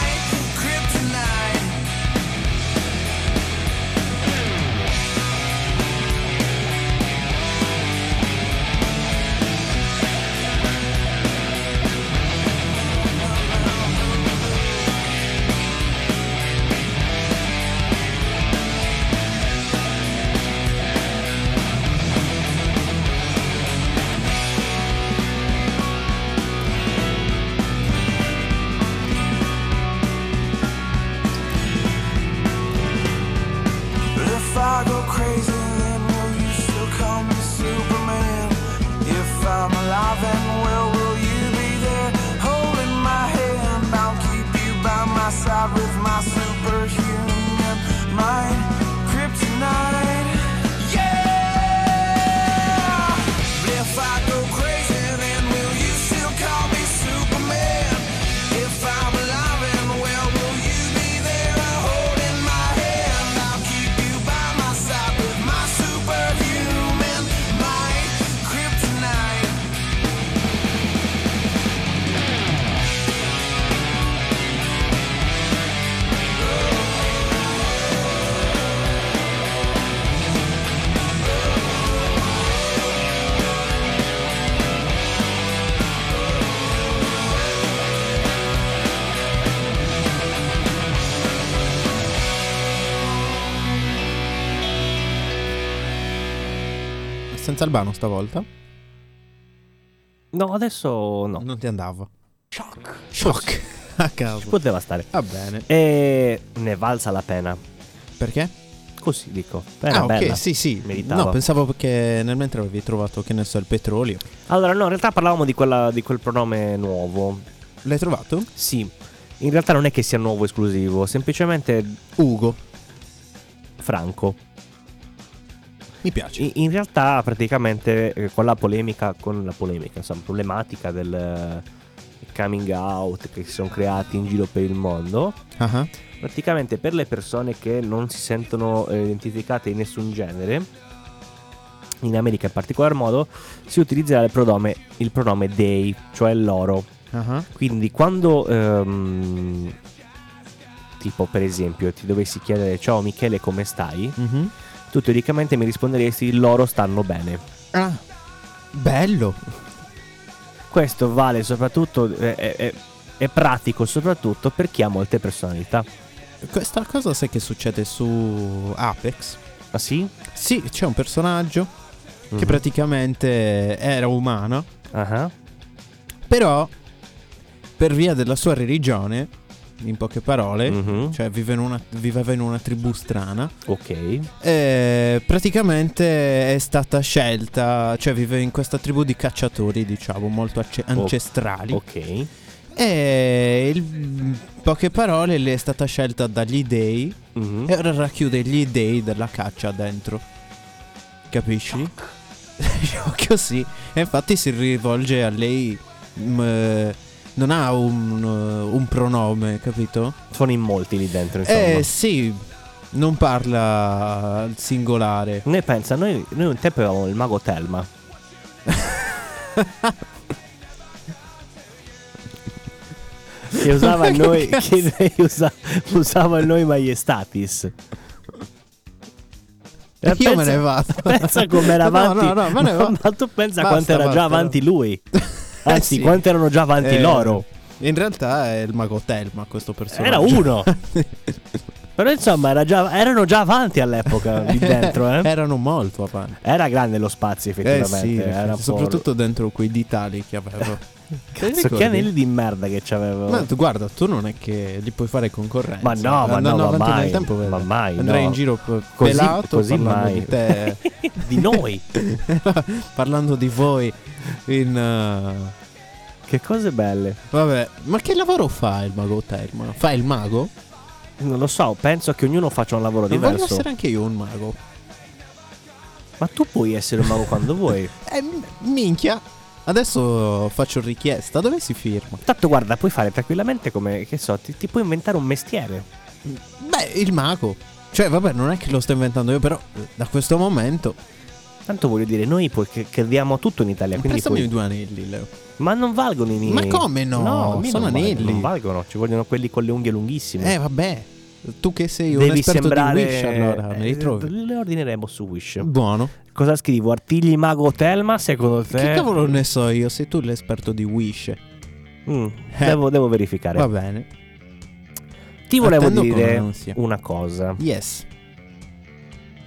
[SPEAKER 4] kryptonite. If I go crazy, then will you still call me Superman? If I'm alive and well, will you be there holding my hand? I'll keep you by my side with my superhuman mind, kryptonite. Yeah! If I go crazy, then will you still call me Superman? If I'm alive and well, will you be there holding my hand? I'll keep you by my side with my superhuman, my kryptonite.
[SPEAKER 2] Senza Albano stavolta.
[SPEAKER 3] No, adesso no.
[SPEAKER 2] Non ti andava.
[SPEAKER 3] Shock.
[SPEAKER 2] Shock. A caso.
[SPEAKER 3] Poteva stare.
[SPEAKER 2] Va bene.
[SPEAKER 3] E ne valsa la pena.
[SPEAKER 2] Perché?
[SPEAKER 3] Così dico. Era
[SPEAKER 2] ah, ok,
[SPEAKER 3] bella.
[SPEAKER 2] sì, sì.
[SPEAKER 3] Meritava.
[SPEAKER 2] No, pensavo che nel mentre avevi trovato, che ne so, il petrolio.
[SPEAKER 3] Allora, no, in realtà parlavamo di, quella- di quel pronome nuovo.
[SPEAKER 2] L'hai trovato?
[SPEAKER 3] Sì. In realtà non è che sia nuovo esclusivo, semplicemente
[SPEAKER 2] Ugo.
[SPEAKER 3] franco.
[SPEAKER 2] Mi piace.
[SPEAKER 3] In, in realtà, praticamente, eh, con la polemica, con la polemica, insomma, problematica del eh, coming out che si sono creati in giro per il mondo,
[SPEAKER 2] Ah ah.
[SPEAKER 3] praticamente per le persone che non si sentono eh, identificate in nessun genere, in America in particolar modo, si utilizzerà il pronome, il pronome they, cioè loro.
[SPEAKER 2] Ah ah.
[SPEAKER 3] Quindi quando ehm, tipo per esempio ti dovessi chiedere ciao Michele come stai,
[SPEAKER 2] Mhm.
[SPEAKER 3] tu teoricamente mi risponderesti loro stanno bene.
[SPEAKER 2] Ah. Bello.
[SPEAKER 3] Questo vale soprattutto, è, è- è- è pratico soprattutto per chi ha molte personalità.
[SPEAKER 2] Questa cosa sai che succede su Apex?
[SPEAKER 3] Ah sì?
[SPEAKER 2] Sì, c'è un personaggio che
[SPEAKER 3] Mhm.
[SPEAKER 2] praticamente era umano,
[SPEAKER 3] Ah,
[SPEAKER 2] però per via della sua religione, in poche parole,
[SPEAKER 3] mhm.
[SPEAKER 2] cioè vive in una- viveva in una tribù strana,
[SPEAKER 3] Ok.
[SPEAKER 2] eh, praticamente è stata scelta, cioè vive in questa tribù di cacciatori, diciamo, molto ace- ancestrali.
[SPEAKER 3] Ok.
[SPEAKER 2] E il- in poche parole le è stata scelta dagli dei
[SPEAKER 3] Mhm.
[SPEAKER 2] e ora racchiude gli dei della caccia dentro. Capisci? Così. E infatti si rivolge a lei. mm, eh, non ha un, eh, un pronome, capito?
[SPEAKER 3] Sono in molti lì dentro, insomma.
[SPEAKER 2] Eh sì, non parla al singolare.
[SPEAKER 3] Noi pensa, noi, noi un tempo avevamo il mago Telma. che usava
[SPEAKER 2] Ma che
[SPEAKER 3] noi,
[SPEAKER 2] cazzo?
[SPEAKER 3] che usa- usava noi maiestatis. E
[SPEAKER 2] Io me ne vado.
[SPEAKER 3] Pensa com'era
[SPEAKER 2] No,
[SPEAKER 3] avanti.
[SPEAKER 2] no, no, me ne vado.
[SPEAKER 3] Ma tu pensa
[SPEAKER 2] Basta,
[SPEAKER 3] quanto era
[SPEAKER 2] basta,
[SPEAKER 3] già avanti lui.
[SPEAKER 2] Eh,
[SPEAKER 3] Anzi,
[SPEAKER 2] sì.
[SPEAKER 3] quanto erano già avanti
[SPEAKER 2] Eh,
[SPEAKER 3] loro.
[SPEAKER 2] In realtà è il mago Telma questo personaggio.
[SPEAKER 3] Era uno. Però insomma, era già- erano già avanti all'epoca lì dentro, eh.
[SPEAKER 2] Erano molto avanti.
[SPEAKER 3] Era grande lo spazio,
[SPEAKER 2] Eh
[SPEAKER 3] effettivamente.
[SPEAKER 2] sì,
[SPEAKER 3] era un po'
[SPEAKER 2] soprattutto dentro quei ditali che avevo. Te li
[SPEAKER 3] Cazzo,
[SPEAKER 2] ricordi?
[SPEAKER 3] che anelli di merda che c'avevo.
[SPEAKER 2] Ma tu guarda, tu non è che li puoi fare concorrenza.
[SPEAKER 3] Ma no, ma
[SPEAKER 2] Andando
[SPEAKER 3] no, ma
[SPEAKER 2] avanti
[SPEAKER 3] mai,
[SPEAKER 2] nel tempo, vedi.
[SPEAKER 3] ma mai,
[SPEAKER 2] Andrai
[SPEAKER 3] no.
[SPEAKER 2] in giro p-
[SPEAKER 3] Così-
[SPEAKER 2] pelato
[SPEAKER 3] così
[SPEAKER 2] parlando
[SPEAKER 3] mai.
[SPEAKER 2] di te,
[SPEAKER 3] Di noi.
[SPEAKER 2] parlando di voi in uh,
[SPEAKER 3] che cose belle.
[SPEAKER 2] Vabbè, ma che lavoro fa il mago Terma? Fa il mago?
[SPEAKER 3] Non lo so, penso che ognuno faccia un lavoro
[SPEAKER 2] E voglio
[SPEAKER 3] diverso.
[SPEAKER 2] essere anche io un mago.
[SPEAKER 3] Ma tu puoi essere un mago quando vuoi.
[SPEAKER 2] Eh, m- minchia. Adesso faccio richiesta, dove si firma?
[SPEAKER 3] Tanto guarda, puoi fare tranquillamente come, che so, ti, ti puoi inventare un mestiere.
[SPEAKER 2] Beh, il mago. Cioè, vabbè, non è che lo sto inventando io, però eh, da questo momento.
[SPEAKER 3] Tanto voglio dire, noi poi che- crediamo a tutto in Italia, quindi
[SPEAKER 2] Prestami
[SPEAKER 3] puoi-
[SPEAKER 2] i due anelli, Leo.
[SPEAKER 3] Ma non valgono i miei.
[SPEAKER 2] Ma come no?
[SPEAKER 3] i miei
[SPEAKER 2] Sono
[SPEAKER 3] non valgono,
[SPEAKER 2] anelli.
[SPEAKER 3] Non valgono, ci vogliono quelli con le unghie lunghissime.
[SPEAKER 2] Eh, vabbè. Tu che sei un
[SPEAKER 3] Devi
[SPEAKER 2] esperto
[SPEAKER 3] sembrare...
[SPEAKER 2] di Wish, allora me li
[SPEAKER 3] Eh,
[SPEAKER 2] trovi. Mm.
[SPEAKER 3] Le ordineremo su Wish.
[SPEAKER 2] Buono.
[SPEAKER 3] Cosa scrivo? Artigli Mago Telma, secondo te?
[SPEAKER 2] Che cavolo ne so io? Sei tu l'esperto di Wish.
[SPEAKER 3] Mm,
[SPEAKER 2] Eh.
[SPEAKER 3] devo, devo verificare.
[SPEAKER 2] Va bene.
[SPEAKER 3] Ti volevo
[SPEAKER 2] Attendo con
[SPEAKER 3] dire
[SPEAKER 2] ansia.
[SPEAKER 3] una cosa.
[SPEAKER 2] Yes.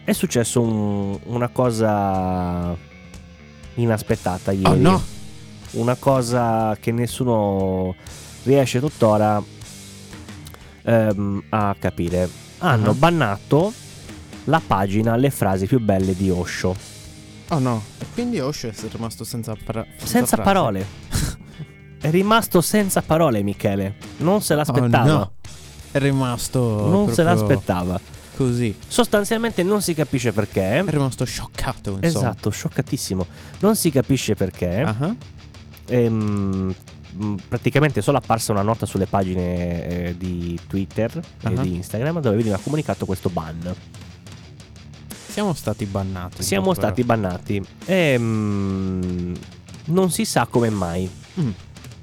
[SPEAKER 3] È successo un- una cosa inaspettata ieri.
[SPEAKER 2] Oh no.
[SPEAKER 3] Una cosa che nessuno riesce tuttora ehm, a capire. Hanno
[SPEAKER 2] Ah.
[SPEAKER 3] bannato la pagina Le frasi più belle di Osho.
[SPEAKER 2] Oh no. E quindi Osho è rimasto senza, pra-
[SPEAKER 3] Senza
[SPEAKER 2] frase.
[SPEAKER 3] parole. È rimasto senza parole, Michele. Non se l'aspettava.
[SPEAKER 2] Oh no. È rimasto.
[SPEAKER 3] Non se
[SPEAKER 2] proprio
[SPEAKER 3] l'aspettava.
[SPEAKER 2] Così.
[SPEAKER 3] Sostanzialmente non si capisce perché.
[SPEAKER 2] È rimasto scioccato, insomma.
[SPEAKER 3] Esatto, scioccatissimo. Non si capisce perché.
[SPEAKER 2] Ah ah.
[SPEAKER 3] Ehm, mh, praticamente è solo apparsa una nota sulle pagine eh, di Twitter
[SPEAKER 2] Ah.
[SPEAKER 3] e di Instagram dove veniva comunicato questo ban.
[SPEAKER 2] Siamo stati bannati.
[SPEAKER 3] Siamo
[SPEAKER 2] proprio.
[SPEAKER 3] stati bannati. Ehm, non si sa come mai.
[SPEAKER 2] Mm.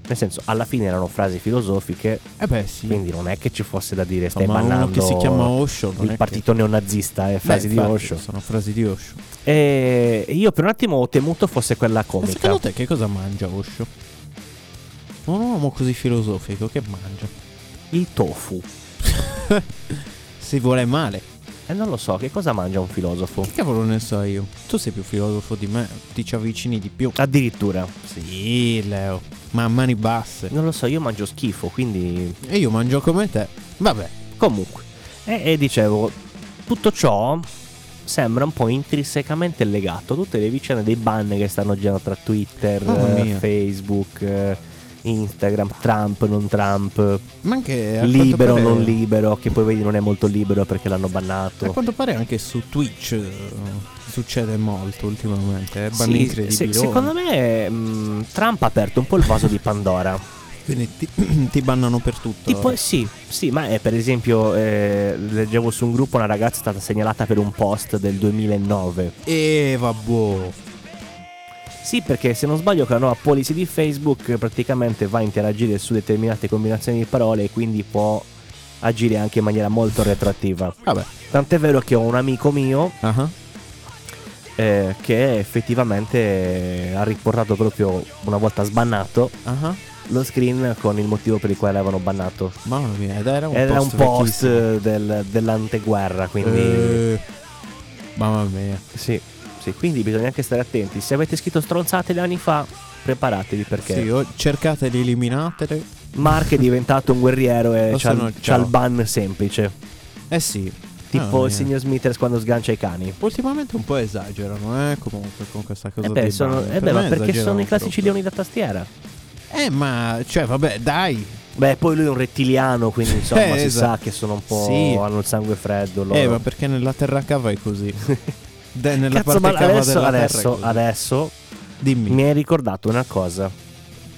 [SPEAKER 3] Nel senso, alla fine erano frasi filosofiche,
[SPEAKER 2] Eh beh, sì.
[SPEAKER 3] quindi non è che ci fosse da dire stai
[SPEAKER 2] Insomma, uno
[SPEAKER 3] bannando
[SPEAKER 2] che si chiama Osho. non è
[SPEAKER 3] il
[SPEAKER 2] che-
[SPEAKER 3] partito neonazista, eh,
[SPEAKER 2] Beh,
[SPEAKER 3] frasi di
[SPEAKER 2] infatti,
[SPEAKER 3] Osho.
[SPEAKER 2] Sono frasi di Osho.
[SPEAKER 3] E io per un attimo ho temuto fosse quella
[SPEAKER 2] Ma
[SPEAKER 3] comica.
[SPEAKER 2] secondo te che cosa mangia Osho? Un uomo così filosofico che mangia.
[SPEAKER 3] Il tofu.
[SPEAKER 2] Si vuole male.
[SPEAKER 3] E Eh, non lo so, che cosa mangia un filosofo?
[SPEAKER 2] Che cavolo ne so io? Tu sei più filosofo di me, ti ci avvicini di più.
[SPEAKER 3] Addirittura.
[SPEAKER 2] Sì, Leo, ma a mani basse.
[SPEAKER 3] Non lo so, io mangio schifo, quindi
[SPEAKER 2] E io mangio come te. Vabbè,
[SPEAKER 3] Comunque, e, e dicevo, tutto ciò sembra un po' intrinsecamente legato a tutte le vicende dei ban che stanno girando tra Twitter,
[SPEAKER 2] Mamma
[SPEAKER 3] eh,
[SPEAKER 2] mia.
[SPEAKER 3] Facebook, eh, Instagram, Trump, non Trump,
[SPEAKER 2] ma anche... a quanto
[SPEAKER 3] libero,
[SPEAKER 2] pare-
[SPEAKER 3] non libero, che poi vedi non è molto libero perché l'hanno
[SPEAKER 2] A
[SPEAKER 3] bannato.
[SPEAKER 2] quanto pare anche su Twitch eh, succede molto ultimamente, è
[SPEAKER 3] Sì,
[SPEAKER 2] banni
[SPEAKER 3] se-
[SPEAKER 2] incredibili. oh.
[SPEAKER 3] secondo me mh, Trump ha aperto un po' il vaso di Pandora.
[SPEAKER 2] Quindi ti, ti bannano per tutto.
[SPEAKER 3] Tipo, eh, sì, sì, ma eh, per esempio eh, leggevo su un gruppo una ragazza è stata segnalata per un post del 2009.
[SPEAKER 2] E boh. vabbò.
[SPEAKER 3] Sì, perché se non sbaglio che la nuova policy di Facebook praticamente va a interagire su determinate combinazioni di parole e quindi può agire anche in maniera molto retroattiva.
[SPEAKER 2] Vabbè.
[SPEAKER 3] Tant'è vero che ho un amico mio
[SPEAKER 2] Ah ah.
[SPEAKER 3] eh, che effettivamente ha riportato proprio una volta sbannato
[SPEAKER 2] ah ah.
[SPEAKER 3] lo screen con il motivo per il quale l'avevano bannato.
[SPEAKER 2] Mamma mia, ed era un
[SPEAKER 3] Era un
[SPEAKER 2] post
[SPEAKER 3] post
[SPEAKER 2] vecchissimo.
[SPEAKER 3] eh, del- dell'anteguerra, quindi...
[SPEAKER 2] Eh, mamma mia.
[SPEAKER 3] Sì, sì, quindi bisogna anche stare attenti. Se avete scritto stronzate di anni fa, preparatevi perché...
[SPEAKER 2] Sì, o cercate di eliminatele.
[SPEAKER 3] Mark è diventato un guerriero e
[SPEAKER 2] Lo
[SPEAKER 3] c'ha,
[SPEAKER 2] sono-
[SPEAKER 3] c'ha
[SPEAKER 2] ciao. Ah,
[SPEAKER 3] il ban semplice.
[SPEAKER 2] Eh sì.
[SPEAKER 3] Tipo
[SPEAKER 2] Mamma
[SPEAKER 3] il
[SPEAKER 2] mia.
[SPEAKER 3] signor Smithers quando sgancia i cani.
[SPEAKER 2] Ultimamente un po' esagerano, eh, comunque con questa cosa
[SPEAKER 3] Eh beh,
[SPEAKER 2] dei
[SPEAKER 3] sono-
[SPEAKER 2] ban.
[SPEAKER 3] eh
[SPEAKER 2] Per
[SPEAKER 3] beh, ma
[SPEAKER 2] me
[SPEAKER 3] perché sono i
[SPEAKER 2] esagerano
[SPEAKER 3] classici
[SPEAKER 2] troppo.
[SPEAKER 3] leoni da tastiera.
[SPEAKER 2] Eh, ma cioè, vabbè, dai.
[SPEAKER 3] Beh, poi lui è un rettiliano, quindi insomma
[SPEAKER 2] Eh,
[SPEAKER 3] si
[SPEAKER 2] esatto.
[SPEAKER 3] sa che sono un po'.
[SPEAKER 2] Sì.
[SPEAKER 3] hanno il sangue freddo. Loro.
[SPEAKER 2] Eh, ma perché nella terra cava è così? De- nella
[SPEAKER 3] Cazzo, ma
[SPEAKER 2] parte cava
[SPEAKER 3] adesso,
[SPEAKER 2] della terra è
[SPEAKER 3] adesso,
[SPEAKER 2] così.
[SPEAKER 3] adesso
[SPEAKER 2] Dimmi.
[SPEAKER 3] mi hai ricordato una cosa.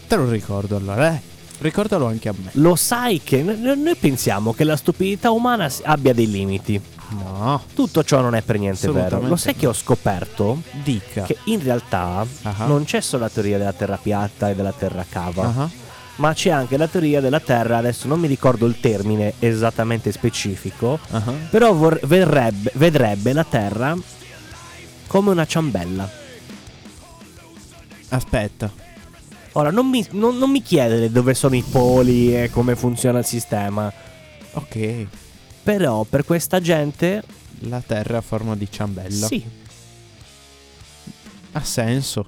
[SPEAKER 2] Te lo ricordo allora, eh. Ricordalo anche a me.
[SPEAKER 3] Lo sai che no- no- noi pensiamo che la stupidità umana si- abbia dei limiti.
[SPEAKER 2] No.
[SPEAKER 3] Tutto ciò non è per niente vero.
[SPEAKER 2] Assolutamente
[SPEAKER 3] Lo sai
[SPEAKER 2] no.
[SPEAKER 3] che ho scoperto
[SPEAKER 2] Dica.
[SPEAKER 3] che in realtà
[SPEAKER 2] Ah.
[SPEAKER 3] non c'è solo la teoria della terra piatta e della terra cava,
[SPEAKER 2] Ah ah.
[SPEAKER 3] ma c'è anche la teoria della terra, adesso non mi ricordo il termine esattamente specifico,
[SPEAKER 2] Ah ah.
[SPEAKER 3] però vor- verrebbe- vedrebbe la terra come una ciambella.
[SPEAKER 2] Aspetta.
[SPEAKER 3] Ora, non mi, non- non mi chiedere dove sono i poli e come funziona il sistema,
[SPEAKER 2] Ok.
[SPEAKER 3] però per questa gente
[SPEAKER 2] La terra a forma di ciambella.
[SPEAKER 3] sì.
[SPEAKER 2] Ha senso.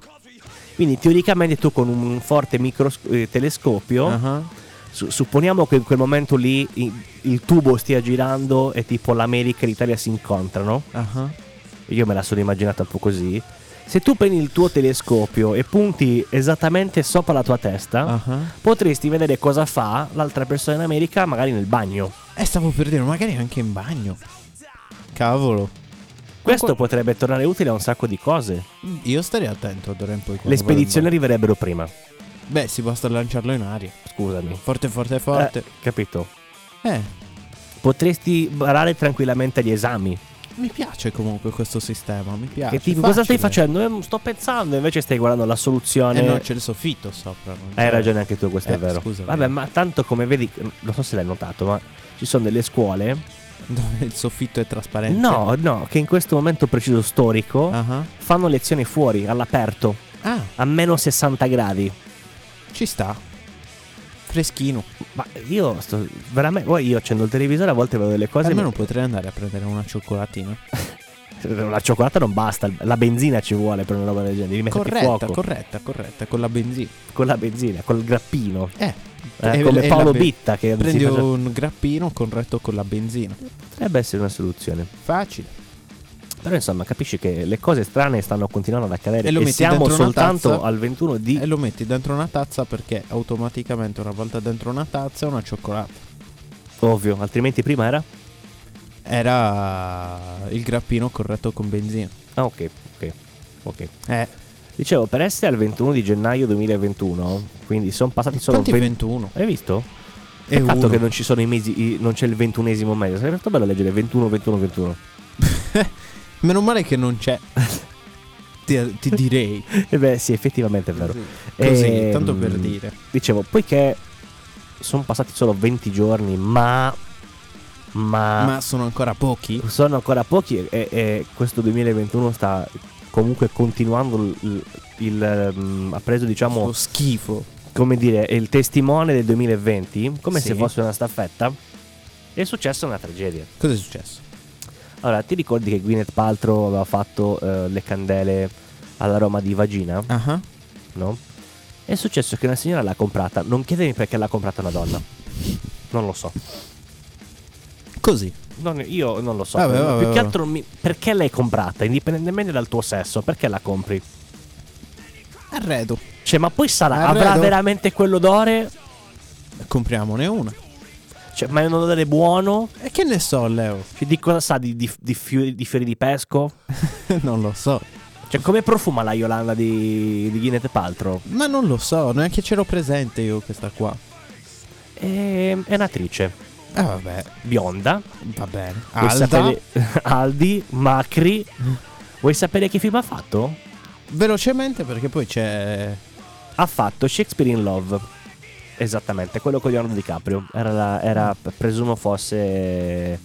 [SPEAKER 3] Quindi teoricamente tu con un forte micros- eh, telescopio
[SPEAKER 2] Ah ah.
[SPEAKER 3] Su- supponiamo che in quel momento lì i- il tubo stia girando e tipo l'America e l'Italia si incontrano.
[SPEAKER 2] Ah ah.
[SPEAKER 3] Io me la sono immaginata un po' così. Se tu prendi il tuo telescopio e punti esattamente sopra la tua testa,
[SPEAKER 2] Ah ah.
[SPEAKER 3] potresti vedere cosa fa l'altra persona in America, magari nel bagno.
[SPEAKER 2] Eh, stavo per dire, magari anche in bagno. Cavolo.
[SPEAKER 3] Questo potrebbe tornare utile a un sacco di cose.
[SPEAKER 2] Io starei attento d'ora in poi. quando
[SPEAKER 3] Le
[SPEAKER 2] vado in
[SPEAKER 3] spedizioni arriverebbero prima.
[SPEAKER 2] bagno. Beh, si basta lanciarlo in aria.
[SPEAKER 3] Scusami.
[SPEAKER 2] Forte, forte, forte.
[SPEAKER 3] Eh, capito.
[SPEAKER 2] Eh.
[SPEAKER 3] Potresti barare tranquillamente gli esami.
[SPEAKER 2] Mi piace comunque questo sistema. Mi piace.
[SPEAKER 3] Che tipo, cosa stai
[SPEAKER 2] Ah, Facile.
[SPEAKER 3] facendo? Eh, Sto pensando, invece stai guardando la soluzione.
[SPEAKER 2] Eh no, c'è il soffitto sopra. non
[SPEAKER 3] Hai
[SPEAKER 2] c'è-
[SPEAKER 3] ragione anche tu, questo
[SPEAKER 2] Eh,
[SPEAKER 3] è vero.
[SPEAKER 2] scusami.
[SPEAKER 3] Vabbè, ma tanto come vedi, non so se l'hai notato, ma ci sono delle scuole.
[SPEAKER 2] Dove il soffitto è trasparente.
[SPEAKER 3] No, no, che in questo momento preciso storico
[SPEAKER 2] Ah ah.
[SPEAKER 3] fanno lezioni fuori, all'aperto,
[SPEAKER 2] Ah,
[SPEAKER 3] a meno 60 gradi.
[SPEAKER 2] ci sta. Freschino.
[SPEAKER 3] Ma io sto veramente. Poi io accendo il televisore, a volte vedo delle cose.
[SPEAKER 2] Almeno potrei andare a prendere una cioccolatina.
[SPEAKER 3] La cioccolata non basta, la benzina ci vuole per una roba del genere. Devi metterti
[SPEAKER 2] Corretta,
[SPEAKER 3] fuoco
[SPEAKER 2] corretta, corretta. Con la benzina.
[SPEAKER 3] con la benzina, col grappino.
[SPEAKER 2] Eh.
[SPEAKER 3] Eh,
[SPEAKER 2] e-
[SPEAKER 3] come
[SPEAKER 2] e la
[SPEAKER 3] Paolo
[SPEAKER 2] ben-
[SPEAKER 3] Bitta che
[SPEAKER 2] Prendi
[SPEAKER 3] si faceva-
[SPEAKER 2] un grappino corretto con la benzina.
[SPEAKER 3] potrebbe essere una soluzione.
[SPEAKER 2] Facile.
[SPEAKER 3] Però insomma capisci che le cose strane stanno continuando ad accadere
[SPEAKER 2] E
[SPEAKER 3] Eh, e,
[SPEAKER 2] lo metti
[SPEAKER 3] siamo
[SPEAKER 2] dentro una
[SPEAKER 3] soltanto
[SPEAKER 2] tazza?
[SPEAKER 3] al 21 di...
[SPEAKER 2] E lo metti dentro una tazza perché automaticamente una volta dentro una tazza è una cioccolata.
[SPEAKER 3] Ovvio, altrimenti prima era...
[SPEAKER 2] Era il grappino corretto con benzina.
[SPEAKER 3] Ah ok, ok, ok.
[SPEAKER 2] Eh,
[SPEAKER 3] Dicevo, per essere al 21 di gennaio 2021, quindi sono passati solo...
[SPEAKER 2] quanti
[SPEAKER 3] 20
[SPEAKER 2] 21?
[SPEAKER 3] Hai visto?
[SPEAKER 2] E
[SPEAKER 3] Peccato
[SPEAKER 2] uno.
[SPEAKER 3] che non ci sono i mesi, i- non c'è il ventunesimo mese. Sarebbe stato bello leggere 21, 21, 21.
[SPEAKER 2] Meno male che non c'è. ti, ti direi.
[SPEAKER 3] E Eh beh sì, effettivamente è vero.
[SPEAKER 2] Così,
[SPEAKER 3] Ehm,
[SPEAKER 2] tanto per dire.
[SPEAKER 3] Dicevo, poiché sono passati solo 20 giorni, ma... Ma...
[SPEAKER 2] Ma sono ancora pochi.
[SPEAKER 3] sono ancora pochi e, e- e questo 2021 sta comunque continuando il, il- il, mm, ha preso diciamo
[SPEAKER 2] Sto schifo.
[SPEAKER 3] come dire il testimone del 2020 come
[SPEAKER 2] Sì.
[SPEAKER 3] se fosse una staffetta è successa una tragedia
[SPEAKER 2] Cosa è successo?
[SPEAKER 3] Allora, ti ricordi che Gwyneth Paltrow aveva fatto eh, le candele all'aroma di vagina?
[SPEAKER 2] Ah ah.
[SPEAKER 3] No? È successo che una signora l'ha comprata. Non chiedetemi perché l'ha comprata una donna. Non lo so.
[SPEAKER 2] Così.
[SPEAKER 3] Non- io non lo so.
[SPEAKER 2] Vabbè, vabbè,
[SPEAKER 3] Più
[SPEAKER 2] vabbè.
[SPEAKER 3] che altro mi- perché l'hai comprata, indipendentemente dal tuo sesso, perché la compri?
[SPEAKER 2] Arredo.
[SPEAKER 3] Cioè, ma poi sarà,
[SPEAKER 2] Arredo.
[SPEAKER 3] avrà veramente quell'odore?
[SPEAKER 2] Compriamone una.
[SPEAKER 3] Cioè, ma è un odore buono?
[SPEAKER 2] E che ne so, Leo?
[SPEAKER 3] Cioè, di cosa sa di, di- di fiori, di fiori di pesco?
[SPEAKER 2] non lo so.
[SPEAKER 3] Cioè, come profuma la Yolanda di, di Gwyneth Paltrow?
[SPEAKER 2] Ma non lo so, neanche c'ero presente io questa qua.
[SPEAKER 3] È, Ehm, è un'attrice
[SPEAKER 2] Ah vabbè,
[SPEAKER 3] bionda.
[SPEAKER 2] va bene.
[SPEAKER 3] Vuoi
[SPEAKER 2] Alda,
[SPEAKER 3] sapere- Aldi, Macri. Vuoi sapere che film ha fatto?
[SPEAKER 2] velocemente perché poi c'è...
[SPEAKER 3] Ha fatto Shakespeare in Love. Esattamente, quello con Leonardo DiCaprio. Era, la- era presumo fosse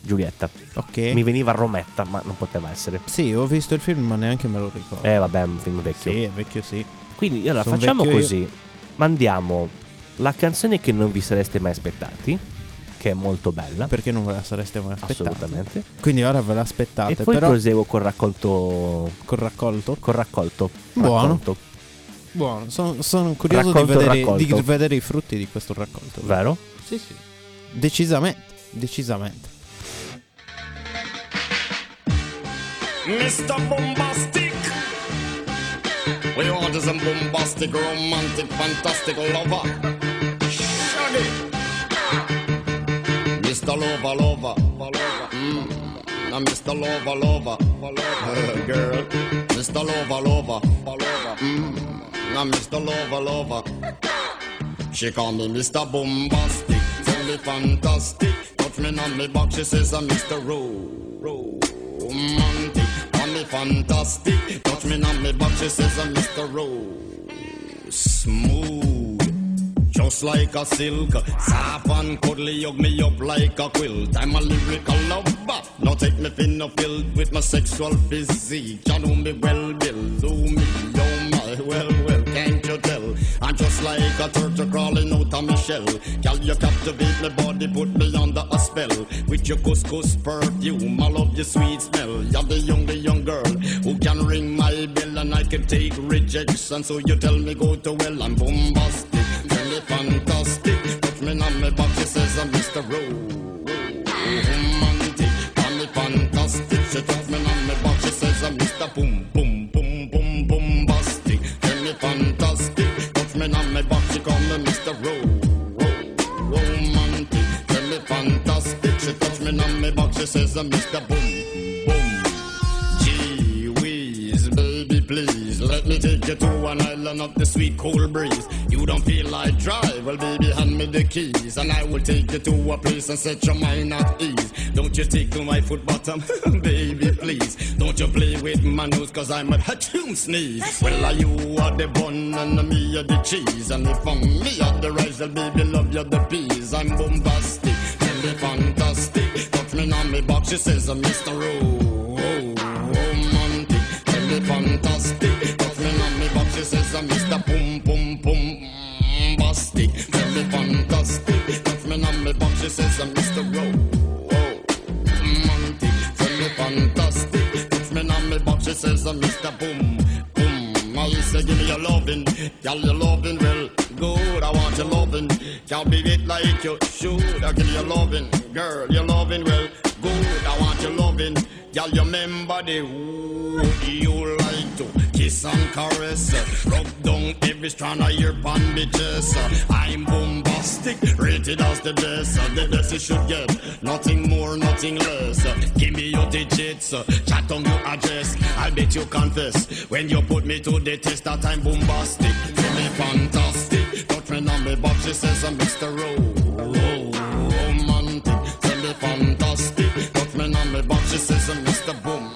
[SPEAKER 3] Giulietta.
[SPEAKER 2] Ok.
[SPEAKER 3] Mi veniva Rometta, ma non poteva essere.
[SPEAKER 2] Sì, ho visto il film ma neanche me lo ricordo.
[SPEAKER 3] Eh, vabbè, è un film vecchio.
[SPEAKER 2] sì, è vecchio sì.
[SPEAKER 3] Quindi allora
[SPEAKER 2] Sono
[SPEAKER 3] facciamo
[SPEAKER 2] vecchio io.
[SPEAKER 3] così: mandiamo la canzone che non vi sareste mai aspettati, che è molto bella,
[SPEAKER 2] Perché non ve la sareste mai aspettata.
[SPEAKER 3] assolutamente.
[SPEAKER 2] Quindi ora ve
[SPEAKER 3] E
[SPEAKER 2] l'aspettate,
[SPEAKER 3] poi
[SPEAKER 2] però
[SPEAKER 3] proseguo col raccolto.
[SPEAKER 2] col raccolto.
[SPEAKER 3] Col raccolto.
[SPEAKER 2] Buono.
[SPEAKER 3] Raccolto,
[SPEAKER 2] Buono, sono, sono curioso di
[SPEAKER 3] Raccolto,
[SPEAKER 2] vedere, di
[SPEAKER 3] raccolto.
[SPEAKER 2] vedere i frutti di questo raccolto.
[SPEAKER 3] vero?
[SPEAKER 2] Sì, sì. Decisamente, decisamente.
[SPEAKER 5] Mr. Bombastic. We order some bombastic, romantic, fantastic lover. Shut it. Mr. Lover, lover. Mm. Now, Mr. Lover, lover. Girl. Mr. Lover, lover. Mm. Now, Mr. Lover, lover. She call me Mr. Bombastic, tell me fantastic. Touch me on me box, she says I'm Mr. Ro- Romantic. Call me fantastic, touch me on me box, she says I'm Mr. Ro- Smooth. Just like a silk, soft and cuddly, hug me up like a quilt. I'm a lyrical lover. Now take me fin no filled with my sexual physique. You know me well, Bill. Do me, oh my, well, well, can't you tell? I'm just like a turtle crawling out of my shell. Girl, you captivate my body, put me under a spell. With your couscous perfume, I love your sweet smell. You're the young, the young girl who can ring my bell and I can take rejection. So you tell me go to well, I'm bombastic, tell me fantastic. Put me on my box, she says I'm Mr. Rowe romantic, call me fantastic. She touch me on me box, she says I'm Mr. Boom Boom Boom Boom Bombastic. Tell me fantastic, touch me on me box, she call me Mr. Ro Ro Romantic. Tell me fantastic, she touch me on me box, she says I'm Mr. Boom Boom. Gee whiz, baby, please let me take you to an island of the sweet cold breeze. You don't feel like drive? Well, baby, hand me the keys, and I will take you to a place and set your mind at ease. Don't you tickle my foot bottom, baby, please. Don't you play with my nose, cause I'm a hatchoon sneeze. Well, are you are the bun, and me are the cheese. And if I'm me are the rice, then baby, love you the peas. I'm bombastic, tell me fantastic. Touch me on me box, she says, I'm Mr. Rowe romantic, tell me fantastic. Touch me on me box, she says I'm Mr. Pum Pum Pum Bastic. Tell me mm, fantastic, touch me on me box, she says I'm Mr. Romantic, tell me fantastic. Touch me on me box, she says I'm Mr. Boom Boom. I say give me your lovin', girl your lovin' well good. I want your lovin', girl be it like you should. I give you your lovin', girl your lovin' well good. I want your lovin', girl you remember the who you like to kiss and caress. Rub down every strand of your bandages. I'm bombastic, rated as the best. The best you should get, nothing more, nothing less. Give me your digits, chat on your address. I'll bet you confess when you put me to the test that I'm bombastic. Tell me fantastic, don't turn on me, but she says I'm Mr. Rowe. Rowe, romantic, tell me fantastic, don't turn on me, but she says I'm Mr. Boom.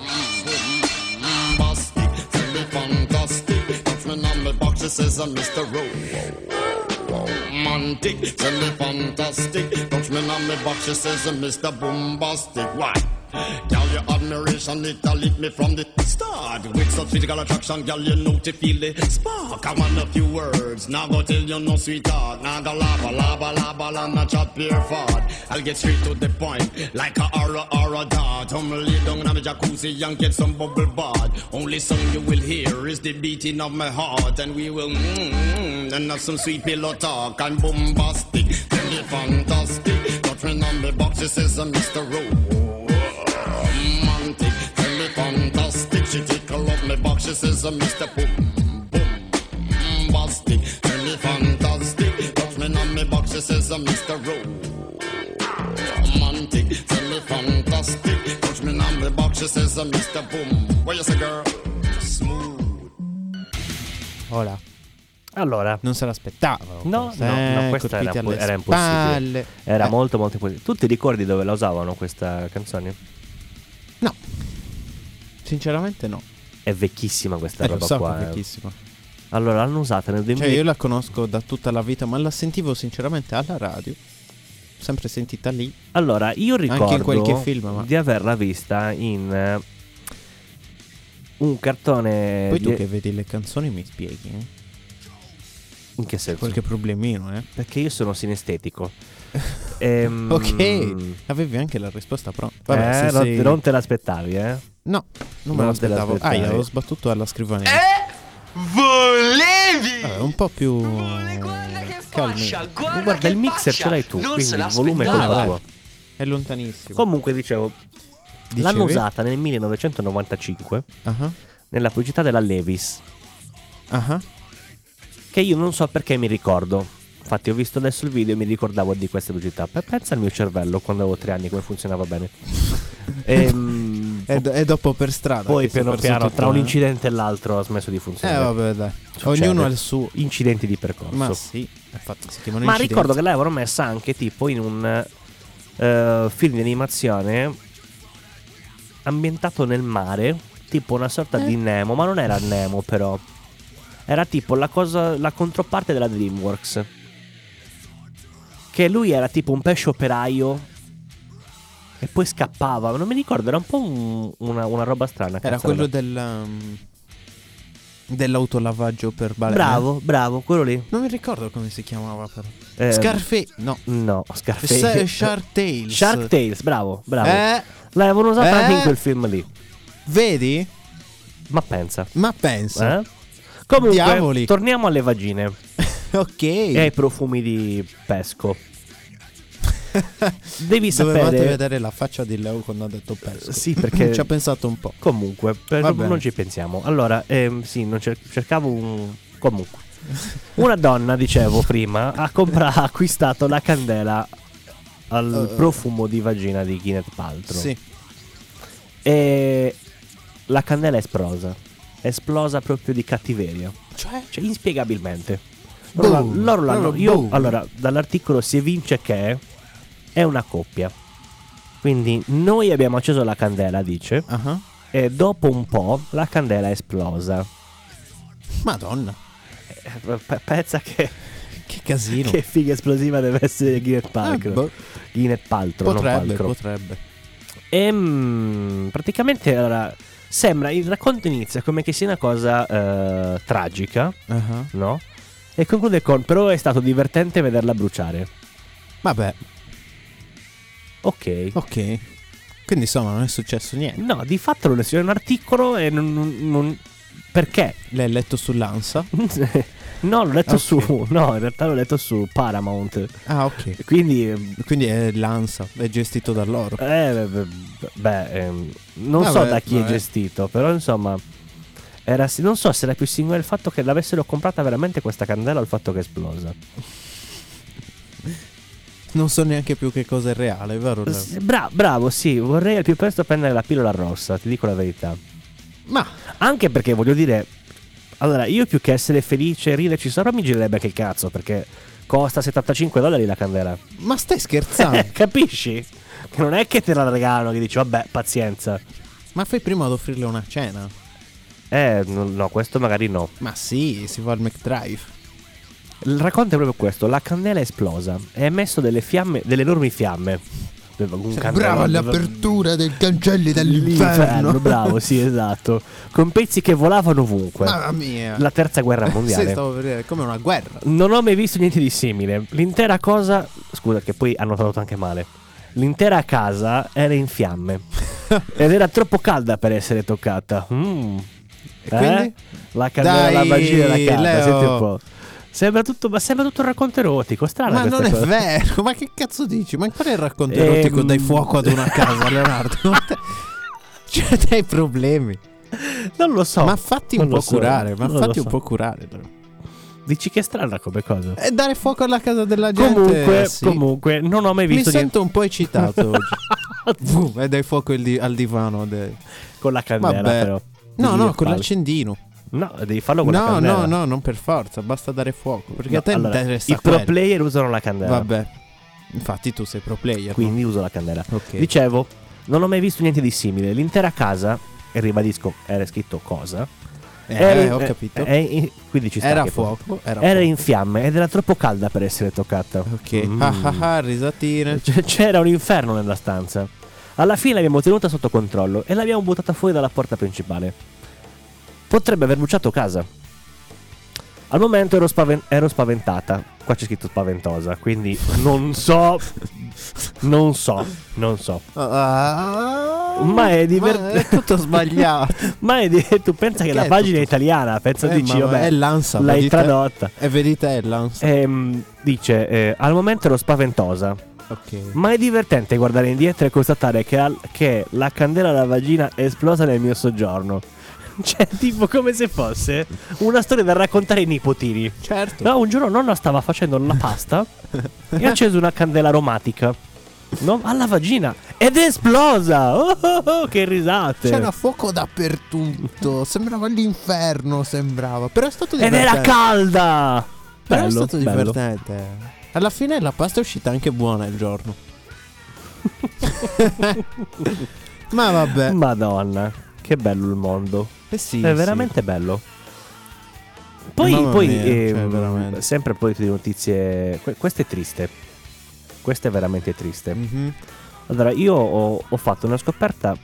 [SPEAKER 5] Bombastic, tell me fantastic, don't turn on me, but she says I'm Mr. Rowe romantic, tell me fantastic. Touch me on me box, she says, uh, Mr. Bombastic. Why? Girl, your admiration, it a lit me from the start. With such physical attraction, girl, you know to feel the spark. I want a few words, now go tell you no sweetheart. Now go lava, lava, lava, lava, chat pure fart. I'll get straight to the point, like a aura, aura dart. I'm lay down in a jacuzzi and get some bubble bath. Only song you will hear is the beating of my heart. And we will, mm, mm, and have some sweet pillow talk. I'm bombastic, tell me fantastic. Doctrine on the box, it says I'm Mr. Rowe romantic, tell me fantastic. She tickle off me box, she says, uh, Mr. Boom, boom, bombastic, tell me fantastic. Touch me on me box, she says, uh, Mr. Romantic, tell me fantastic. Touch me on me box, she says, uh, Mr. Boom. Where you say, girl? Smooth.
[SPEAKER 2] Ora,
[SPEAKER 3] Allora,
[SPEAKER 2] non se l'aspettavano.
[SPEAKER 3] No,
[SPEAKER 2] questo,
[SPEAKER 3] no, no,
[SPEAKER 2] eh,
[SPEAKER 3] questa era
[SPEAKER 2] colpiti
[SPEAKER 3] impo-
[SPEAKER 2] alle
[SPEAKER 3] era impossibile.
[SPEAKER 2] spalle.
[SPEAKER 3] era
[SPEAKER 2] Eh,
[SPEAKER 3] molto molto importante. Tu ti ricordi dove la usavano questa canzone?
[SPEAKER 2] No, sinceramente no.
[SPEAKER 3] È vecchissima questa
[SPEAKER 2] Eh, lo
[SPEAKER 3] roba
[SPEAKER 2] so,
[SPEAKER 3] qua.
[SPEAKER 2] che è
[SPEAKER 3] eh.
[SPEAKER 2] vecchissima.
[SPEAKER 3] Allora, l'hanno usata nel 2000.
[SPEAKER 2] Cioè, io la conosco da tutta la vita, ma la sentivo sinceramente alla radio. Sempre sentita lì.
[SPEAKER 3] Allora, io
[SPEAKER 2] in
[SPEAKER 3] ricordo
[SPEAKER 2] qualche film, ma-
[SPEAKER 3] di averla vista in eh, un cartone
[SPEAKER 2] Poi
[SPEAKER 3] Eh, di-
[SPEAKER 2] tu che vedi le canzoni mi spieghi. eh?
[SPEAKER 3] in che senso?
[SPEAKER 2] Qualche problemino, eh.
[SPEAKER 3] Perché io sono sinestetico. Ehm,
[SPEAKER 2] Ok, avevi anche la risposta pronta. Vabbè,
[SPEAKER 3] eh,
[SPEAKER 2] se
[SPEAKER 3] non,
[SPEAKER 2] sei-
[SPEAKER 3] non te l'aspettavi, eh?
[SPEAKER 2] No, non me
[SPEAKER 3] non te
[SPEAKER 2] l'aspettavo. Ah,
[SPEAKER 3] l'aspettavi. Eh,
[SPEAKER 2] io l'avevo sbattuto alla scrivania.
[SPEAKER 6] Volevi!
[SPEAKER 2] Vabbè, Eh, un po' più.
[SPEAKER 6] guarda che
[SPEAKER 2] Calmi.
[SPEAKER 6] faccia, guarda,
[SPEAKER 3] Guarda,
[SPEAKER 6] che
[SPEAKER 3] il mixer
[SPEAKER 6] faccia.
[SPEAKER 3] ce l'hai tu,
[SPEAKER 6] Non
[SPEAKER 3] quindi
[SPEAKER 6] se
[SPEAKER 3] il volume è
[SPEAKER 6] l'aspettava.
[SPEAKER 3] colpa
[SPEAKER 2] l'aspettavo. Ah,
[SPEAKER 3] tua.
[SPEAKER 2] È lontanissimo.
[SPEAKER 3] Comunque, dicevo,
[SPEAKER 2] Dicevi?
[SPEAKER 3] l'hanno usata nel 1995
[SPEAKER 2] Ah,
[SPEAKER 3] nella pubblicità della Levis,
[SPEAKER 2] ah,
[SPEAKER 3] che io non so perché mi ricordo. Infatti, ho visto adesso il video e mi ricordavo di questa pubblicità. Pe- Pensa al mio cervello quando avevo tre anni, come funzionava bene. Ehm,
[SPEAKER 2] E, e dopo per strada.
[SPEAKER 3] poi
[SPEAKER 2] che si è
[SPEAKER 3] piano
[SPEAKER 2] perso
[SPEAKER 3] piano,
[SPEAKER 2] tutto,
[SPEAKER 3] tra un
[SPEAKER 2] eh.
[SPEAKER 3] incidente e l'altro, ha smesso di
[SPEAKER 2] Eh,
[SPEAKER 3] funzionare.
[SPEAKER 2] vabbè, dai.
[SPEAKER 3] Succede.
[SPEAKER 2] Ognuno ha il suo.
[SPEAKER 3] Incidenti di percorso.
[SPEAKER 2] Ma sì, infatti si chiamano
[SPEAKER 3] Ma
[SPEAKER 2] incidenti.
[SPEAKER 3] ricordo che l'avevano messa anche tipo in un eh, film di animazione ambientato nel mare, tipo una sorta di Nemo, ma non era Nemo però. Era tipo la cosa la controparte della Dreamworks. Che lui era tipo un pesce operaio e poi scappava, non mi ricordo, era un po' un- una, una roba strana.
[SPEAKER 2] Era
[SPEAKER 3] cazzarola.
[SPEAKER 2] quello del. um, dell'autolavaggio per balene.
[SPEAKER 3] Bravo, bravo, quello lì.
[SPEAKER 2] Non mi ricordo come si chiamava, però.
[SPEAKER 3] Eh,
[SPEAKER 2] Scarfe. No.
[SPEAKER 3] No,
[SPEAKER 2] S-
[SPEAKER 3] Scarface.
[SPEAKER 2] Shark Tales.
[SPEAKER 3] Shark Tales, bravo, bravo.
[SPEAKER 2] Eh,
[SPEAKER 3] L'avevano usata
[SPEAKER 2] Eh?
[SPEAKER 3] anche in quel film lì.
[SPEAKER 2] vedi?
[SPEAKER 3] Ma pensa.
[SPEAKER 2] Ma pensa.
[SPEAKER 3] Eh? Comunque,
[SPEAKER 2] Diavoli.
[SPEAKER 3] torniamo alle vagine Eh?
[SPEAKER 2] Ok.
[SPEAKER 3] e ai profumi di pesco. Devi
[SPEAKER 2] Dovevate
[SPEAKER 3] sapere.
[SPEAKER 2] vedere la faccia di Leo quando ha detto pesco.
[SPEAKER 3] Sì, perché-
[SPEAKER 2] ci ha pensato un po'.
[SPEAKER 3] Comunque, per-
[SPEAKER 2] Va bene.
[SPEAKER 3] non ci pensiamo. Allora, ehm, sì, non cer- cercavo un. Comunque, una donna, dicevo prima, ha, compra- ha acquistato la candela al profumo di vagina di Gwyneth Paltrow.
[SPEAKER 2] Eh. Sì.
[SPEAKER 3] E la candela è esplosa. Esplosa proprio di cattiveria.
[SPEAKER 2] Cioè,
[SPEAKER 3] Cioè, inspiegabilmente. Loro,
[SPEAKER 2] Boom.
[SPEAKER 3] loro l'hanno-
[SPEAKER 2] Loro
[SPEAKER 3] io-
[SPEAKER 2] boom.
[SPEAKER 3] allora, dall'articolo si evince che è una coppia. Quindi noi abbiamo acceso la candela, dice,
[SPEAKER 2] ah,
[SPEAKER 3] e dopo un po' la candela è esplosa.
[SPEAKER 2] Madonna.
[SPEAKER 3] Eh, pe- Pensa che,
[SPEAKER 2] Che casino.
[SPEAKER 3] che figa esplosiva deve essere Gwyneth
[SPEAKER 2] Ah,
[SPEAKER 3] Paltrow.
[SPEAKER 2] boh,
[SPEAKER 3] Gwyneth Paltrow, non
[SPEAKER 2] potrebbe,
[SPEAKER 3] Paltrow.
[SPEAKER 2] potrebbe.
[SPEAKER 3] Ehm, praticamente allora, sembra, il racconto inizia come che sia una cosa eh, tragica,
[SPEAKER 2] Ah.
[SPEAKER 3] no? E conclude con, però è stato divertente vederla bruciare.
[SPEAKER 2] Vabbè,
[SPEAKER 3] Ok.
[SPEAKER 2] ok. Quindi insomma non è successo niente.
[SPEAKER 3] No, di fatto non è è un articolo e non... non- non- perché?
[SPEAKER 2] L'hai letto sull'ANSA?
[SPEAKER 3] no, l'ho letto
[SPEAKER 2] Ok.
[SPEAKER 3] su... No, in realtà l'ho letto su Paramount.
[SPEAKER 2] Ah, ok.
[SPEAKER 3] Quindi... eh,
[SPEAKER 2] Quindi è l'ANSA, è gestito da loro.
[SPEAKER 3] eh, beh, beh, ehm, non
[SPEAKER 2] Vabbè,
[SPEAKER 3] so da chi è
[SPEAKER 2] vabbè.
[SPEAKER 3] gestito, però insomma... Era, si- non so se era più singolo il fatto che l'avessero comprata veramente questa candela o il fatto che è esplosa.
[SPEAKER 2] Non so neanche più che cosa è reale, vero? Leo?
[SPEAKER 3] S- bra- bravo, sì, vorrei al più presto prendere la pillola rossa, ti dico la verità.
[SPEAKER 2] Ma
[SPEAKER 3] Anche perché voglio dire, allora io più che essere felice e riderci sopra mi girerebbe che cazzo perché costa 75 dollari la candela.
[SPEAKER 2] Ma stai scherzando?
[SPEAKER 3] Capisci? Che non è che te la regalano che dici vabbè pazienza.
[SPEAKER 2] Ma fai prima ad offrirle una cena?
[SPEAKER 3] Eh no, no, questo magari no.
[SPEAKER 2] Ma sì, si va al McDrive.
[SPEAKER 3] Il racconto è proprio questo, la candela è esplosa e ha emesso delle fiamme, delle enormi fiamme.
[SPEAKER 2] Bravo all'apertura del cancelli
[SPEAKER 3] L'inferno,
[SPEAKER 2] dell'inferno.
[SPEAKER 3] bravo, sì, esatto. Con pezzi che volavano ovunque.
[SPEAKER 2] Mamma Ah, mia.
[SPEAKER 3] La terza guerra
[SPEAKER 2] Sì,
[SPEAKER 3] mondiale.
[SPEAKER 2] stavo per dire, è come una guerra.
[SPEAKER 3] Non ho mai visto niente di simile. L'intera cosa. Scusa, che poi hanno tradotto anche male. L'intera casa era in fiamme. Ed era troppo calda per essere toccata. Mm. Eh?
[SPEAKER 2] E quindi?
[SPEAKER 3] La candela,
[SPEAKER 2] Dai,
[SPEAKER 3] la magia della calda.
[SPEAKER 2] Leo.
[SPEAKER 3] Senti un po'. Sembra tutto, ma sembra tutto un racconto erotico. Strano
[SPEAKER 2] Ma
[SPEAKER 3] questa
[SPEAKER 2] non è
[SPEAKER 3] cosa.
[SPEAKER 2] vero, ma che cazzo dici? Ma qual è il racconto
[SPEAKER 3] Ehm.
[SPEAKER 2] erotico dai fuoco ad una casa, Leonardo? Non te- cioè, dai problemi.
[SPEAKER 3] Non lo so.
[SPEAKER 2] ma fatti
[SPEAKER 3] non
[SPEAKER 2] un
[SPEAKER 3] lo
[SPEAKER 2] po'
[SPEAKER 3] so,
[SPEAKER 2] curare, ma
[SPEAKER 3] non lo
[SPEAKER 2] fatti
[SPEAKER 3] so.
[SPEAKER 2] un po' curare. Leo.
[SPEAKER 3] Dici che è strana come cosa.
[SPEAKER 2] E dare fuoco alla casa della Eh, gente.
[SPEAKER 3] Comunque,
[SPEAKER 2] eh, sì.
[SPEAKER 3] comunque, non ho mai
[SPEAKER 2] Mi
[SPEAKER 3] visto niente
[SPEAKER 2] sento un po' eccitato oggi. Vuh, e dai fuoco il di- al divano. dai.
[SPEAKER 3] con la candela,
[SPEAKER 2] Vabbè.
[SPEAKER 3] però.
[SPEAKER 2] No, no,
[SPEAKER 3] Devi
[SPEAKER 2] con
[SPEAKER 3] farlo.
[SPEAKER 2] l'accendino.
[SPEAKER 3] No, devi farlo con la
[SPEAKER 2] No,
[SPEAKER 3] candela.
[SPEAKER 2] no, no, non per forza, basta dare fuoco. Perché a te
[SPEAKER 3] allora,
[SPEAKER 2] interessa
[SPEAKER 3] I pro
[SPEAKER 2] quello.
[SPEAKER 3] player usano la candela.
[SPEAKER 2] Vabbè. Infatti tu sei pro player. no?
[SPEAKER 3] Quindi uso la candela.
[SPEAKER 2] Ok.
[SPEAKER 3] Dicevo, non ho mai visto niente di simile. L'intera casa, e ribadisco, era scritto cosa.
[SPEAKER 2] Eh,
[SPEAKER 3] era,
[SPEAKER 2] ho capito.
[SPEAKER 3] eh, eh, in- quindi ci sta
[SPEAKER 2] era
[SPEAKER 3] che-
[SPEAKER 2] fuoco. Era,
[SPEAKER 3] Era
[SPEAKER 2] fuoco.
[SPEAKER 3] in fiamme ed era troppo calda per essere toccata.
[SPEAKER 2] Ok.
[SPEAKER 3] Mm. Cioè,
[SPEAKER 2] Ah, ah, ah, risatine.
[SPEAKER 3] C- C'era un inferno nella stanza. Alla fine l'abbiamo tenuta sotto controllo e l'abbiamo buttata fuori dalla porta principale. Potrebbe aver bruciato casa. Al momento ero, spaven- ero spaventata. Qua c'è scritto spaventosa, quindi non so. Non so, non so.
[SPEAKER 2] Ah,
[SPEAKER 3] Ma è divert-
[SPEAKER 2] ma è tutto sbagliato.
[SPEAKER 3] Ma è di- tu pensa
[SPEAKER 2] Perché
[SPEAKER 3] che la
[SPEAKER 2] è
[SPEAKER 3] pagina è
[SPEAKER 2] tutto-
[SPEAKER 3] italiana, pensa
[SPEAKER 2] Eh,
[SPEAKER 3] dici,
[SPEAKER 2] ma-
[SPEAKER 3] vabbè,
[SPEAKER 2] è l'ansa.
[SPEAKER 3] l'hai
[SPEAKER 2] vedete?
[SPEAKER 3] tradotta.
[SPEAKER 2] E vedete è l'ansa.
[SPEAKER 3] Ehm, dice, eh, al momento ero spaventosa,
[SPEAKER 2] Ok.
[SPEAKER 3] Ma è divertente guardare indietro e constatare che, al- che la candela alla vagina è esplosa nel mio soggiorno. Cioè, tipo come se fosse una storia da raccontare ai nipotini.
[SPEAKER 2] Certo.
[SPEAKER 3] No, un giorno nonna stava facendo la pasta e ha acceso una candela aromatica. No, alla vagina ed è esplosa! Oh, oh, oh, che risate!
[SPEAKER 2] C'era fuoco dappertutto. sembrava l'inferno, sembrava. Però è stato
[SPEAKER 3] ed
[SPEAKER 2] divertente.
[SPEAKER 3] era calda!
[SPEAKER 2] Però
[SPEAKER 3] Bello,
[SPEAKER 2] è stato
[SPEAKER 3] bello.
[SPEAKER 2] divertente. Alla fine la pasta è uscita anche buona il giorno. Ma vabbè.
[SPEAKER 3] Madonna, che bello il mondo.
[SPEAKER 2] Eh sì,
[SPEAKER 3] è
[SPEAKER 2] sì.
[SPEAKER 3] veramente bello. Poi,
[SPEAKER 2] Mamma
[SPEAKER 3] poi,
[SPEAKER 2] mia,
[SPEAKER 3] ehm,
[SPEAKER 2] cioè, veramente.
[SPEAKER 3] sempre poi di notizie. que- questa è triste. Questa è veramente triste.
[SPEAKER 2] Mhm,
[SPEAKER 3] Allora, io ho, ho fatto una scoperta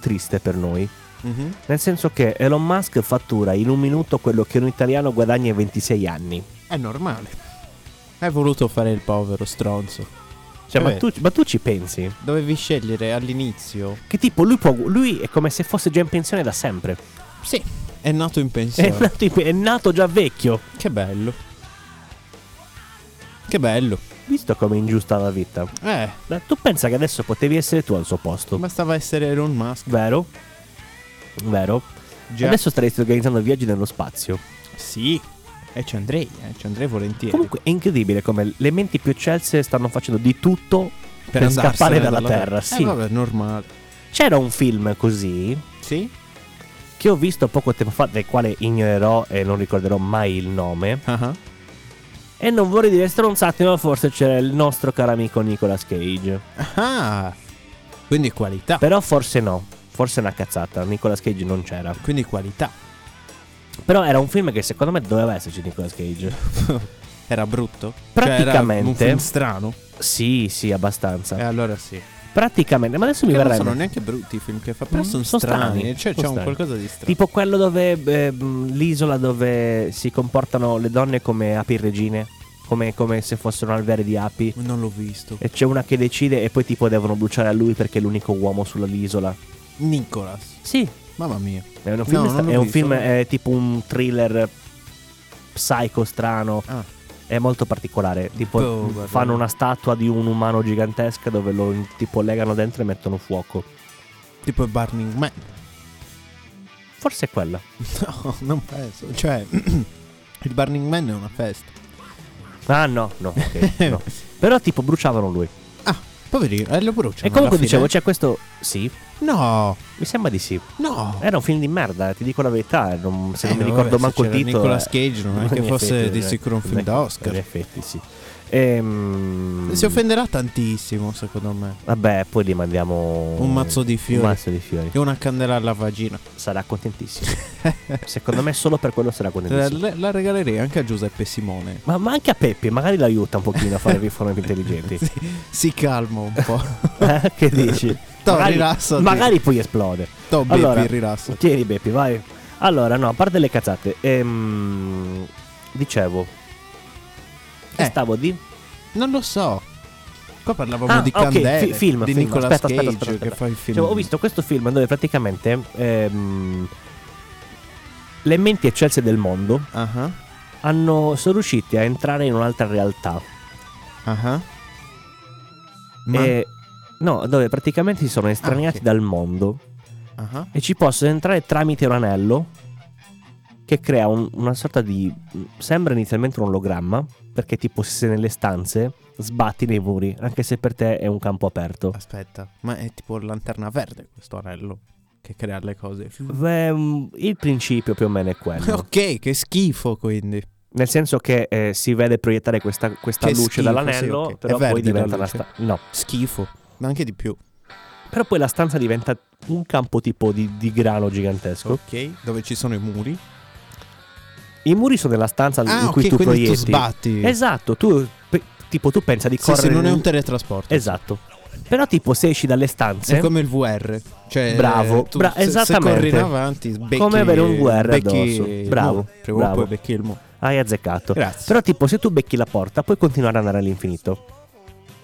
[SPEAKER 3] triste per noi.
[SPEAKER 2] mhm.
[SPEAKER 3] Nel senso che Elon Musk fattura in un minuto quello che un italiano guadagna in 26 anni.
[SPEAKER 2] È normale. Hai voluto fare il povero stronzo.
[SPEAKER 3] Cioè, ma
[SPEAKER 2] Vabbè.
[SPEAKER 3] tu, ma tu ci pensi?
[SPEAKER 2] Dovevi scegliere all'inizio.
[SPEAKER 3] Che tipo, lui, può- lui è come se fosse già in pensione da sempre.
[SPEAKER 2] Sì. È nato in pensione.
[SPEAKER 3] È nato, in- è nato già vecchio.
[SPEAKER 2] Che bello. Che bello.
[SPEAKER 3] Visto come è ingiusta la vita.
[SPEAKER 2] Eh,
[SPEAKER 3] Ma tu pensa che adesso potevi essere tu al suo posto?
[SPEAKER 2] bastava essere Elon Musk.
[SPEAKER 3] Vero? Vero?
[SPEAKER 2] Già.
[SPEAKER 3] Adesso staresti organizzando viaggi nello spazio.
[SPEAKER 2] Sì. E ci andrei, eh, ci andrei volentieri.
[SPEAKER 3] Comunque è incredibile come le menti più eccelse stanno facendo di tutto per,
[SPEAKER 2] andarsene
[SPEAKER 3] scappare dalla, Terra.
[SPEAKER 2] Eh,
[SPEAKER 3] Sì.
[SPEAKER 2] vabbè, è normale.
[SPEAKER 3] C'era un film così
[SPEAKER 2] Sì?
[SPEAKER 3] che ho visto poco tempo fa, del quale ignorerò e non ricorderò mai il nome.
[SPEAKER 2] Ah ah.
[SPEAKER 3] E non vorrei dire stronzate, ma forse c'era il nostro caro amico Nicolas Cage.
[SPEAKER 2] Ah, quindi qualità.
[SPEAKER 3] Però forse no. Forse è una cazzata, Nicolas Cage non c'era.
[SPEAKER 2] Quindi qualità.
[SPEAKER 3] Però era un film che secondo me doveva esserci Nicolas Cage.
[SPEAKER 2] Era brutto? Cioè, era un
[SPEAKER 3] Praticamente-
[SPEAKER 2] film strano?
[SPEAKER 3] Sì, sì, abbastanza.
[SPEAKER 2] E allora sì.
[SPEAKER 3] Praticamente, ma adesso mi
[SPEAKER 2] Che non
[SPEAKER 3] verrebbe.
[SPEAKER 2] sono neanche brutti i film che fa, però
[SPEAKER 3] Mm,
[SPEAKER 2] sono
[SPEAKER 3] sono
[SPEAKER 2] strani.
[SPEAKER 3] strani,
[SPEAKER 2] Cioè,
[SPEAKER 3] sono
[SPEAKER 2] c'è un
[SPEAKER 3] strani.
[SPEAKER 2] qualcosa di strano.
[SPEAKER 3] Tipo quello dove eh, mh, l'isola dove si comportano le donne come api regine, come, come se fossero alveari di api.
[SPEAKER 2] Non l'ho visto.
[SPEAKER 3] E c'è una che decide e poi tipo devono bruciare a lui perché è l'unico uomo sull'isola.
[SPEAKER 2] Nicolas.
[SPEAKER 3] Sì,
[SPEAKER 2] Mamma mia.
[SPEAKER 3] è un film,
[SPEAKER 2] No,
[SPEAKER 3] stra-
[SPEAKER 2] non l'ho
[SPEAKER 3] è un
[SPEAKER 2] visto.
[SPEAKER 3] film, eh, è tipo un thriller psycho strano,
[SPEAKER 2] Ah,
[SPEAKER 3] è molto particolare. Tipo
[SPEAKER 2] Boh,
[SPEAKER 3] mh,
[SPEAKER 2] guarda.
[SPEAKER 3] fanno una statua di un umano gigantesca dove lo tipo legano dentro e mettono fuoco.
[SPEAKER 2] tipo Burning Man.
[SPEAKER 3] Forse è quella.
[SPEAKER 2] No, non penso. Cioè, il Burning Man è una festa.
[SPEAKER 3] Ah no, no, ok, no. Però tipo bruciavano lui.
[SPEAKER 2] Ah, poverino, eh, lo bruciano.
[SPEAKER 3] e comunque
[SPEAKER 2] alla
[SPEAKER 3] dicevo,
[SPEAKER 2] fine.
[SPEAKER 3] c'è questo... Sì,
[SPEAKER 2] No,
[SPEAKER 3] mi sembra di sì.
[SPEAKER 2] no.
[SPEAKER 3] Era un film di merda, ti dico la verità, non- se non
[SPEAKER 2] Eh,
[SPEAKER 3] mi
[SPEAKER 2] no, vabbè,
[SPEAKER 3] ricordo
[SPEAKER 2] se
[SPEAKER 3] manco il
[SPEAKER 2] c'era
[SPEAKER 3] titolo...
[SPEAKER 2] Nicolas
[SPEAKER 3] eh,
[SPEAKER 2] Cage non è che
[SPEAKER 3] in
[SPEAKER 2] fosse di
[SPEAKER 3] effetti, eh,
[SPEAKER 2] sicuro un film
[SPEAKER 3] in
[SPEAKER 2] da
[SPEAKER 3] effetti,
[SPEAKER 2] Oscar.
[SPEAKER 3] In effetti sì. Ehm,
[SPEAKER 2] Si offenderà tantissimo, secondo me.
[SPEAKER 3] Vabbè, poi gli mandiamo
[SPEAKER 2] Un mazzo di fiori.
[SPEAKER 3] Un mazzo di fiori.
[SPEAKER 2] E una candela alla vagina.
[SPEAKER 3] Sarà contentissimo. Secondo me solo per quello sarà
[SPEAKER 2] La,
[SPEAKER 3] contentissimo.
[SPEAKER 2] la- la regalerei anche a Giuseppe Simone.
[SPEAKER 3] Ma, ma anche a Peppe, magari l'aiuta un pochino a fare riforme più intelligenti.
[SPEAKER 2] Si calma un po'.
[SPEAKER 3] Eh, che dici?
[SPEAKER 2] Toh,
[SPEAKER 3] magari,
[SPEAKER 2] rilassati.
[SPEAKER 3] magari poi esplode.
[SPEAKER 2] Toh, Beppi,
[SPEAKER 3] Allora,
[SPEAKER 2] rilassati.
[SPEAKER 3] Tieni Beppi, vai. Allora, no, a parte le cazzate. Ehm, dicevo. Che
[SPEAKER 2] Eh.
[SPEAKER 3] stavo di?
[SPEAKER 2] Non lo so. Qua parlavamo
[SPEAKER 3] Ah,
[SPEAKER 2] di
[SPEAKER 3] ok,
[SPEAKER 2] candele.
[SPEAKER 3] fi- film,
[SPEAKER 2] di
[SPEAKER 3] film.
[SPEAKER 2] Nicolas
[SPEAKER 3] Aspetta,
[SPEAKER 2] Cage
[SPEAKER 3] aspetta, aspetta, aspetta.
[SPEAKER 2] che fa il film.
[SPEAKER 3] Cioè, ho visto questo film dove praticamente ehm, le menti eccelse del mondo
[SPEAKER 2] Ah ah,
[SPEAKER 3] hanno- sono riusciti a entrare in un'altra realtà.
[SPEAKER 2] ah ah. Ma- Ah,
[SPEAKER 3] E- no, dove praticamente si sono estraniati
[SPEAKER 2] ok.
[SPEAKER 3] dal mondo
[SPEAKER 2] ah ah.
[SPEAKER 3] e ci possono entrare tramite un anello che crea un- una sorta di... sembra inizialmente un ologramma perché tipo se sei nelle stanze sbatti nei muri anche se per te è un campo aperto.
[SPEAKER 2] Aspetta, ma è tipo lanterna verde questo anello che crea le cose.
[SPEAKER 3] Beh, mm, il principio più o meno è quello.
[SPEAKER 2] ok, che schifo quindi.
[SPEAKER 3] Nel senso che eh, si vede proiettare questa, questa
[SPEAKER 2] Che
[SPEAKER 3] luce
[SPEAKER 2] schifo,
[SPEAKER 3] dall'anello,
[SPEAKER 2] sì, ok.
[SPEAKER 3] però
[SPEAKER 2] È verde
[SPEAKER 3] poi diventa
[SPEAKER 2] la
[SPEAKER 3] una
[SPEAKER 2] luce?
[SPEAKER 3] sta- no.
[SPEAKER 2] Schifo, ma anche di più.
[SPEAKER 3] Però poi la stanza diventa un campo tipo di, di grano gigantesco.
[SPEAKER 2] Ok, dove ci sono i muri.
[SPEAKER 3] I muri sono nella stanza
[SPEAKER 2] Ah,
[SPEAKER 3] in
[SPEAKER 2] ok,
[SPEAKER 3] cui
[SPEAKER 2] quindi
[SPEAKER 3] tu proietti.
[SPEAKER 2] tu sbatti.
[SPEAKER 3] Esatto, tu pe- tipo tu pensa di
[SPEAKER 2] Sì, sì,
[SPEAKER 3] correre
[SPEAKER 2] non è un
[SPEAKER 3] nel-
[SPEAKER 2] teletrasporto.
[SPEAKER 3] Esatto. Però tipo se esci dalle stanze
[SPEAKER 2] È come il VR. Cioè,
[SPEAKER 3] Bravo,
[SPEAKER 2] tu
[SPEAKER 3] bra-
[SPEAKER 2] se-
[SPEAKER 3] esattamente.
[SPEAKER 2] Se corri in avanti, becchi,
[SPEAKER 3] Come avere un VR addosso.
[SPEAKER 2] becchi,
[SPEAKER 3] Bravo,
[SPEAKER 2] no, prima o
[SPEAKER 3] bravo.
[SPEAKER 2] poi becchi il mu.
[SPEAKER 3] hai azzeccato.
[SPEAKER 2] Grazie.
[SPEAKER 3] Però tipo se tu becchi la porta puoi continuare ad andare all'infinito.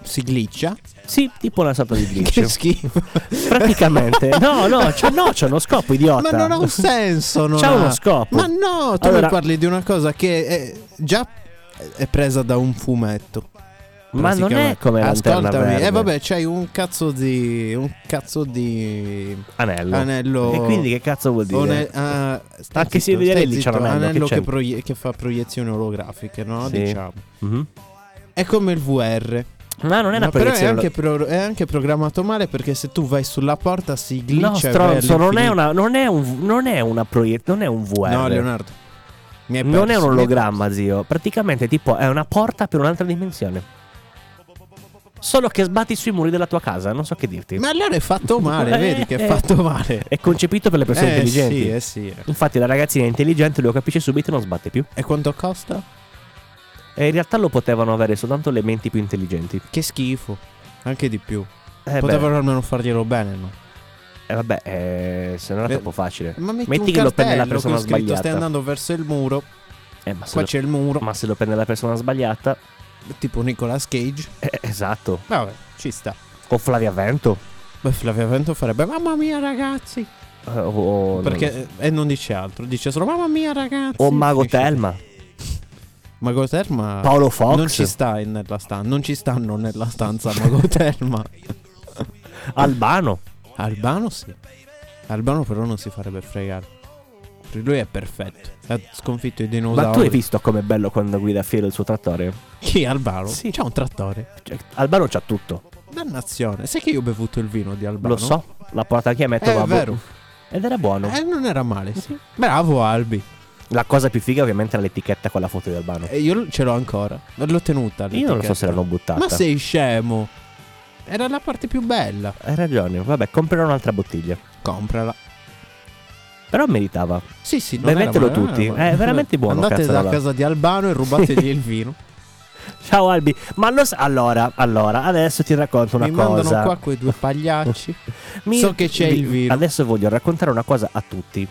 [SPEAKER 2] Si glitcha.
[SPEAKER 3] Sì, tipo una sorta di
[SPEAKER 2] Che
[SPEAKER 3] glitch.
[SPEAKER 2] schifo.
[SPEAKER 3] Praticamente. No, no, c'è, no, c'è uno scopo idiota.
[SPEAKER 2] Ma non ha un senso. Non
[SPEAKER 3] C'ha
[SPEAKER 2] ha.
[SPEAKER 3] uno scopo.
[SPEAKER 2] Ma no, tu
[SPEAKER 3] Allora-
[SPEAKER 2] mi parli di una cosa che è già è presa da un fumetto.
[SPEAKER 3] Ma non è come
[SPEAKER 2] Ascoltami,
[SPEAKER 3] Lanterna Verde.
[SPEAKER 2] eh vabbè, c'hai un cazzo di. Un cazzo di.
[SPEAKER 3] Anello.
[SPEAKER 2] Anello.
[SPEAKER 3] E quindi che cazzo vuol dire?
[SPEAKER 2] One- ah, stai
[SPEAKER 3] Anche
[SPEAKER 2] zitto,
[SPEAKER 3] Silvia
[SPEAKER 2] stai
[SPEAKER 3] Lelli c'ha
[SPEAKER 2] zitto,
[SPEAKER 3] l'anello, che
[SPEAKER 2] anello che,
[SPEAKER 3] c'è?
[SPEAKER 2] proie- che fa proiezioni olografiche, no?
[SPEAKER 3] Sì.
[SPEAKER 2] Diciamo.
[SPEAKER 3] Mhm.
[SPEAKER 2] È come il VR.
[SPEAKER 3] Ma non è una
[SPEAKER 2] Ma però è
[SPEAKER 3] proiezione.
[SPEAKER 2] anche, pro- è anche programmato male perché se tu vai sulla porta si glitcha.
[SPEAKER 3] No,
[SPEAKER 2] e vai
[SPEAKER 3] stronzo, non è
[SPEAKER 2] eh, all'infinito.
[SPEAKER 3] una non è un non è una proie- non è un VR.
[SPEAKER 2] No, Leonardo. mi hai
[SPEAKER 3] Non è
[SPEAKER 2] perso,
[SPEAKER 3] un
[SPEAKER 2] mi hai
[SPEAKER 3] ologramma, zio. Praticamente, tipo, è una porta per un'altra dimensione. Solo che sbatti sui muri della tua casa, non so che dirti.
[SPEAKER 2] perso. Ma allora è fatto male,
[SPEAKER 3] Eh,
[SPEAKER 2] vedi che
[SPEAKER 3] eh.
[SPEAKER 2] è fatto male.
[SPEAKER 3] È concepito per le persone
[SPEAKER 2] eh,
[SPEAKER 3] intelligenti.
[SPEAKER 2] Sì, eh sì. eh.
[SPEAKER 3] Infatti, la ragazzina intelligente lo capisce subito e non sbatte più.
[SPEAKER 2] E quanto costa?
[SPEAKER 3] E in realtà lo potevano avere soltanto le menti più intelligenti.
[SPEAKER 2] Che schifo. Anche di più.
[SPEAKER 3] Eh, beh,
[SPEAKER 2] Potevano almeno farglielo bene, no?
[SPEAKER 3] eh, vabbè, eh, se non era
[SPEAKER 2] Eh,
[SPEAKER 3] troppo facile.
[SPEAKER 2] Ma metti,
[SPEAKER 3] Metti
[SPEAKER 2] un
[SPEAKER 3] che lo prende la
[SPEAKER 2] cartello
[SPEAKER 3] persona
[SPEAKER 2] con scritto Stai
[SPEAKER 3] sbagliata.
[SPEAKER 2] andando verso il muro.
[SPEAKER 3] Eh, ma, se
[SPEAKER 2] Qua
[SPEAKER 3] lo,
[SPEAKER 2] c'è il muro.
[SPEAKER 3] ma se lo prende la persona sbagliata,
[SPEAKER 2] Tipo Nicolas Cage.
[SPEAKER 3] eh, esatto.
[SPEAKER 2] Vabbè, ci sta.
[SPEAKER 3] O Flavia Vento.
[SPEAKER 2] Beh, Flavia Vento farebbe Mamma mia, ragazzi.
[SPEAKER 3] eh, o, o-
[SPEAKER 2] Perché, eh, e non dice altro, dice solo Mamma mia, ragazzi.
[SPEAKER 3] o Mago
[SPEAKER 2] Finisce.
[SPEAKER 3] Telma.
[SPEAKER 2] Mago Telma.
[SPEAKER 3] Paolo Fox.
[SPEAKER 2] Non ci sta in- nella stanza. Non ci stanno nella stanza Mago Telma.
[SPEAKER 3] Albano.
[SPEAKER 2] Albano sì. Albano però non si farebbe fregare. Perché Lui è perfetto. Ha sconfitto i dinosauri.
[SPEAKER 3] Ma tu hai visto com'è bello quando guida a fiero il suo trattore?
[SPEAKER 2] Chi Albano?
[SPEAKER 3] Sì.
[SPEAKER 2] C'ha un trattore.
[SPEAKER 3] Cioè, Albano c'ha tutto.
[SPEAKER 2] Dannazione. Sai che io ho bevuto il vino di Albano?
[SPEAKER 3] Lo so, l'ha portata anche a me.
[SPEAKER 2] Eh, È
[SPEAKER 3] ma boh.
[SPEAKER 2] vero.
[SPEAKER 3] Ed era buono.
[SPEAKER 2] Eh, non era male,
[SPEAKER 3] Mhm.
[SPEAKER 2] sì. Bravo Albi.
[SPEAKER 3] La cosa più figa, ovviamente, era l'etichetta con la foto di Albano.
[SPEAKER 2] E io ce l'ho ancora. L'ho tenuta.
[SPEAKER 3] Io non lo so se l'hanno buttata.
[SPEAKER 2] Ma sei scemo. Era la parte più bella.
[SPEAKER 3] Hai ragione. Vabbè, comprerò un'altra bottiglia.
[SPEAKER 2] Comprala.
[SPEAKER 3] Però meritava.
[SPEAKER 2] Sì, sì, non
[SPEAKER 3] Bevetelo
[SPEAKER 2] era male,
[SPEAKER 3] tutti,
[SPEAKER 2] non era male.
[SPEAKER 3] è veramente buono,
[SPEAKER 2] Andate
[SPEAKER 3] cazzo,
[SPEAKER 2] da
[SPEAKER 3] allora.
[SPEAKER 2] casa di Albano e rubategli il vino.
[SPEAKER 3] Ciao Albi. Ma lo sa- allora, allora, adesso ti racconto una
[SPEAKER 2] Mi
[SPEAKER 3] cosa.
[SPEAKER 2] mandano qua quei due pagliacci.
[SPEAKER 3] Mi-
[SPEAKER 2] so che c'è il vino.
[SPEAKER 3] Adesso voglio raccontare una cosa a tutti.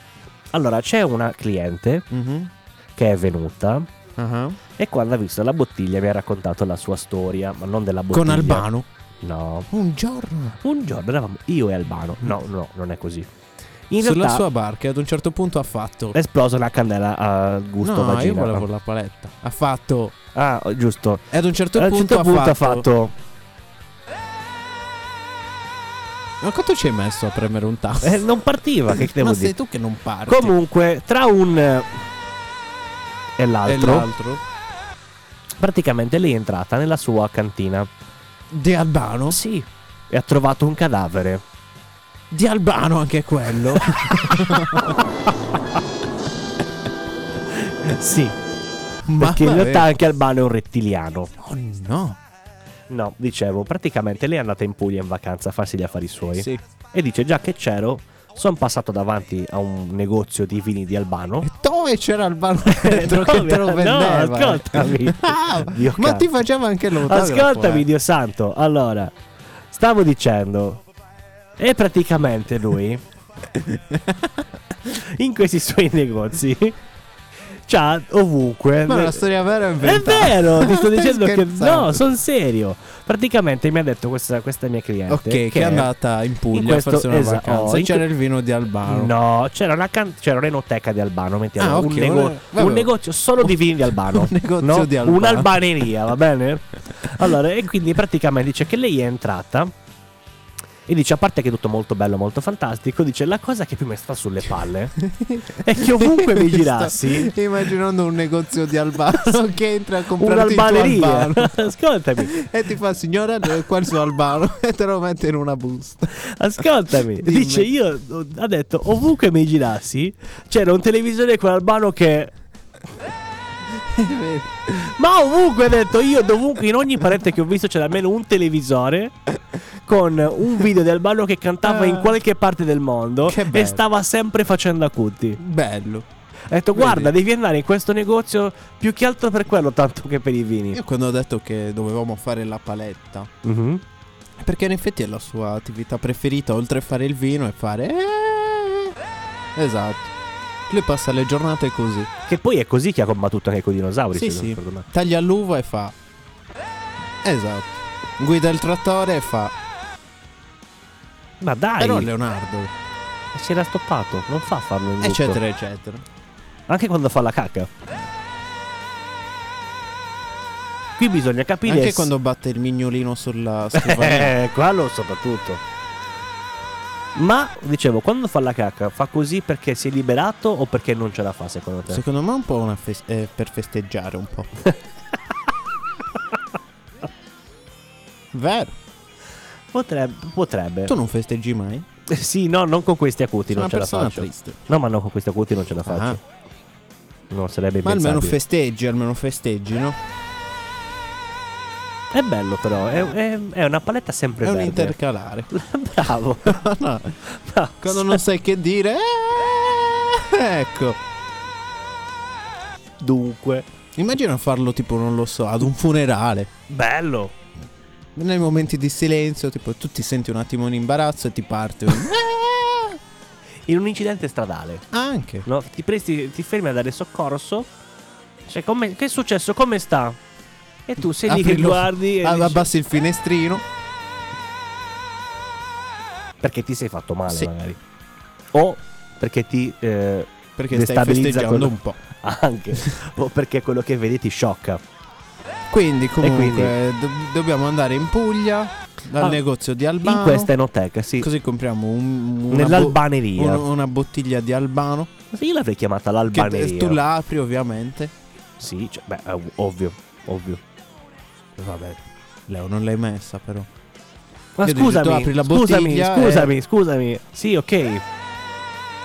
[SPEAKER 3] Allora, c'è una cliente
[SPEAKER 2] Mhm.
[SPEAKER 3] che è venuta
[SPEAKER 2] Ah.
[SPEAKER 3] e quando ha visto la bottiglia mi ha raccontato la sua storia, ma non della bottiglia.
[SPEAKER 2] Con Albano.
[SPEAKER 3] No.
[SPEAKER 2] Un giorno.
[SPEAKER 3] Un giorno eravamo io e Albano. No, no, non è così. In
[SPEAKER 2] Sulla
[SPEAKER 3] realtà
[SPEAKER 2] sua barca ad un certo punto ha fatto...
[SPEAKER 3] è esplosa una candela a gusto
[SPEAKER 2] no, io
[SPEAKER 3] vagina.
[SPEAKER 2] volevo la paletta. Ha fatto...
[SPEAKER 3] Ah, giusto.
[SPEAKER 2] E ad un certo
[SPEAKER 3] a un
[SPEAKER 2] punto,
[SPEAKER 3] certo punto ha
[SPEAKER 2] fatto...
[SPEAKER 3] fatto...
[SPEAKER 2] Ma quanto ci hai messo a premere un tasto?
[SPEAKER 3] Eh, non partiva, che devo
[SPEAKER 2] Ma
[SPEAKER 3] dire.
[SPEAKER 2] sei tu che non parli.
[SPEAKER 3] Comunque, tra un... E
[SPEAKER 2] E
[SPEAKER 3] l'altro,
[SPEAKER 2] l'altro?
[SPEAKER 3] praticamente lei è entrata nella sua cantina.
[SPEAKER 2] Di Albano?
[SPEAKER 3] Sì. E ha trovato un cadavere.
[SPEAKER 2] Di Albano anche quello.
[SPEAKER 3] Sì.
[SPEAKER 2] Ma
[SPEAKER 3] Perché in
[SPEAKER 2] vabbè.
[SPEAKER 3] realtà anche Albano è un rettiliano.
[SPEAKER 2] Oh no.
[SPEAKER 3] No, dicevo, praticamente lei è andata in Puglia in vacanza a farsi gli affari suoi.
[SPEAKER 2] Sì.
[SPEAKER 3] E dice già che c'ero, sono passato davanti a un negozio di vini di Albano.
[SPEAKER 2] E dove c'era Albano dentro che te lo
[SPEAKER 3] Eh, No,
[SPEAKER 2] vendeva?
[SPEAKER 3] ascoltami.
[SPEAKER 2] Ah,
[SPEAKER 3] Dio
[SPEAKER 2] ma ti
[SPEAKER 3] cazzo.
[SPEAKER 2] faceva anche l'ottavo. eh?"
[SPEAKER 3] Ascoltami, Dio santo. Allora, stavo dicendo. E praticamente lui, in questi suoi negozi, c'ha ovunque.
[SPEAKER 2] Ma è
[SPEAKER 3] le-
[SPEAKER 2] una storia vera o
[SPEAKER 3] è
[SPEAKER 2] inventata?
[SPEAKER 3] vero, ti sto
[SPEAKER 2] Stai
[SPEAKER 3] dicendo che
[SPEAKER 2] scherzando?
[SPEAKER 3] no, sono serio. Praticamente mi ha detto questa, questa mia cliente.
[SPEAKER 2] Ok, che, è andata in Puglia
[SPEAKER 3] in
[SPEAKER 2] a farsi
[SPEAKER 3] questo-
[SPEAKER 2] una
[SPEAKER 3] esa-
[SPEAKER 2] vacanza.
[SPEAKER 3] oh,
[SPEAKER 2] e
[SPEAKER 3] in
[SPEAKER 2] c'era
[SPEAKER 3] que-
[SPEAKER 2] il vino di Albano.
[SPEAKER 3] No, c'era, una can- c'era un'enoteca di Albano, mettiamo
[SPEAKER 2] Ah, ok,
[SPEAKER 3] un, nego-
[SPEAKER 2] una- vabbè.
[SPEAKER 3] un negozio solo di vini di Albano.
[SPEAKER 2] Un negozio
[SPEAKER 3] no?
[SPEAKER 2] di Albano.
[SPEAKER 3] Un'albaneria, va bene? Allora, e quindi praticamente dice che lei è entrata e dice, a parte che è tutto molto bello, molto fantastico, dice la cosa che più mi sta sulle palle è che ovunque mi
[SPEAKER 2] Sto
[SPEAKER 3] girassi...
[SPEAKER 2] Immaginando un negozio di Albano che entra a comprarti il tuo
[SPEAKER 3] Un'albaneria,
[SPEAKER 2] Albano.
[SPEAKER 3] ascoltami,
[SPEAKER 2] E ti fa signora eh, qua il suo Albano e te lo mette in una busta.
[SPEAKER 3] ascoltami.
[SPEAKER 2] Dimmi.
[SPEAKER 3] Dice io, ha detto ovunque mi girassi c'era un televisore con Albano che Ma ovunque, ho detto io, dovunque, in ogni parete che ho visto c'era almeno un televisore con un video del ballo che cantava in qualche parte del mondo
[SPEAKER 2] Ah. Che
[SPEAKER 3] e
[SPEAKER 2] bello.
[SPEAKER 3] stava sempre facendo acuti.
[SPEAKER 2] Bello.
[SPEAKER 3] Ha detto guarda, devi andare in questo negozio più che altro per quello tanto che per i vini.
[SPEAKER 2] Io quando ho detto che dovevamo fare la paletta,
[SPEAKER 3] Mhm.
[SPEAKER 2] perché in effetti è la sua attività preferita, oltre a fare il vino e fare... Esatto. Lui passa le giornate così.
[SPEAKER 3] Che poi è così che ha combattuto anche con i dinosauri.
[SPEAKER 2] Sì,
[SPEAKER 3] se non
[SPEAKER 2] sì.
[SPEAKER 3] ricordo male.
[SPEAKER 2] Taglia l'uva e fa. Esatto. Guida il trattore e fa.
[SPEAKER 3] Ma dai,
[SPEAKER 2] Però Leonardo.
[SPEAKER 3] si era stoppato, non fa farlo in gruppo.
[SPEAKER 2] Eccetera, eccetera.
[SPEAKER 3] Anche quando fa la cacca. Qui bisogna capire
[SPEAKER 2] Anche
[SPEAKER 3] se-
[SPEAKER 2] quando batte il mignolino sulla scrivania.
[SPEAKER 3] Eh, quello soprattutto. Ma dicevo, quando fa la cacca, fa così perché si è liberato o perché non ce la fa secondo te?
[SPEAKER 2] Secondo me è un po' una fes- eh, per festeggiare un po'. Vero.
[SPEAKER 3] Potrebbe. potrebbe. Eh,
[SPEAKER 2] Tu non festeggi mai?
[SPEAKER 3] Sì, no, non con questi acuti
[SPEAKER 2] Sei una
[SPEAKER 3] non ce la
[SPEAKER 2] persona
[SPEAKER 3] faccio.
[SPEAKER 2] triste.
[SPEAKER 3] No, ma no, con questi acuti non ce la faccio.
[SPEAKER 2] Ah,
[SPEAKER 3] Non sarebbe
[SPEAKER 2] ma almeno
[SPEAKER 3] impensabile.
[SPEAKER 2] festeggi, almeno festeggi, no?
[SPEAKER 3] È bello però, è, è- è una paletta sempre
[SPEAKER 2] È un
[SPEAKER 3] verde.
[SPEAKER 2] intercalare.
[SPEAKER 3] Bravo.
[SPEAKER 2] No,
[SPEAKER 3] No,
[SPEAKER 2] Quando non sai che dire... eh, Ecco.
[SPEAKER 3] Dunque.
[SPEAKER 2] Immagina farlo tipo, non lo so, ad un funerale.
[SPEAKER 3] Bello.
[SPEAKER 2] Nei momenti di silenzio, tipo, tu ti senti un attimo in imbarazzo e ti parte un... "Eh,
[SPEAKER 3] In un incidente stradale.
[SPEAKER 2] Anche.
[SPEAKER 3] No, ti, presti, ti fermi a dare soccorso. Cioè, come- che è successo? Come sta? E tu sei lì
[SPEAKER 2] Apri
[SPEAKER 3] che
[SPEAKER 2] lo-
[SPEAKER 3] guardi e
[SPEAKER 2] ah,
[SPEAKER 3] dici-
[SPEAKER 2] abbassi il finestrino.
[SPEAKER 3] perché ti sei fatto male,
[SPEAKER 2] Sì.
[SPEAKER 3] magari. O perché ti eh,
[SPEAKER 2] Perché stai
[SPEAKER 3] Destabilizza
[SPEAKER 2] festeggiando
[SPEAKER 3] quello-
[SPEAKER 2] un po'.
[SPEAKER 3] anche o perché quello che vedi ti sciocca.
[SPEAKER 2] Quindi, comunque,
[SPEAKER 3] quindi?
[SPEAKER 2] do- dobbiamo andare in Puglia dal
[SPEAKER 3] Ah,
[SPEAKER 2] negozio di
[SPEAKER 3] In
[SPEAKER 2] Albano.
[SPEAKER 3] questa enoteca, sì.
[SPEAKER 2] Così compriamo un, una, bo-
[SPEAKER 3] Nell'albaneria.
[SPEAKER 2] un- una bottiglia di Albano.
[SPEAKER 3] Sì, io l'avrei chiamata
[SPEAKER 2] Che
[SPEAKER 3] l'albaneria.
[SPEAKER 2] te- tu la apri, ovviamente.
[SPEAKER 3] Sì, cioè, beh, ov- ovvio, ovvio.
[SPEAKER 2] Vabbè, Leo, non l'hai messa, però.
[SPEAKER 3] Ma
[SPEAKER 2] Io dico,
[SPEAKER 3] scusami,
[SPEAKER 2] tu apri la
[SPEAKER 3] scusami,
[SPEAKER 2] bottiglia
[SPEAKER 3] scusami, scusami. Sì, ok.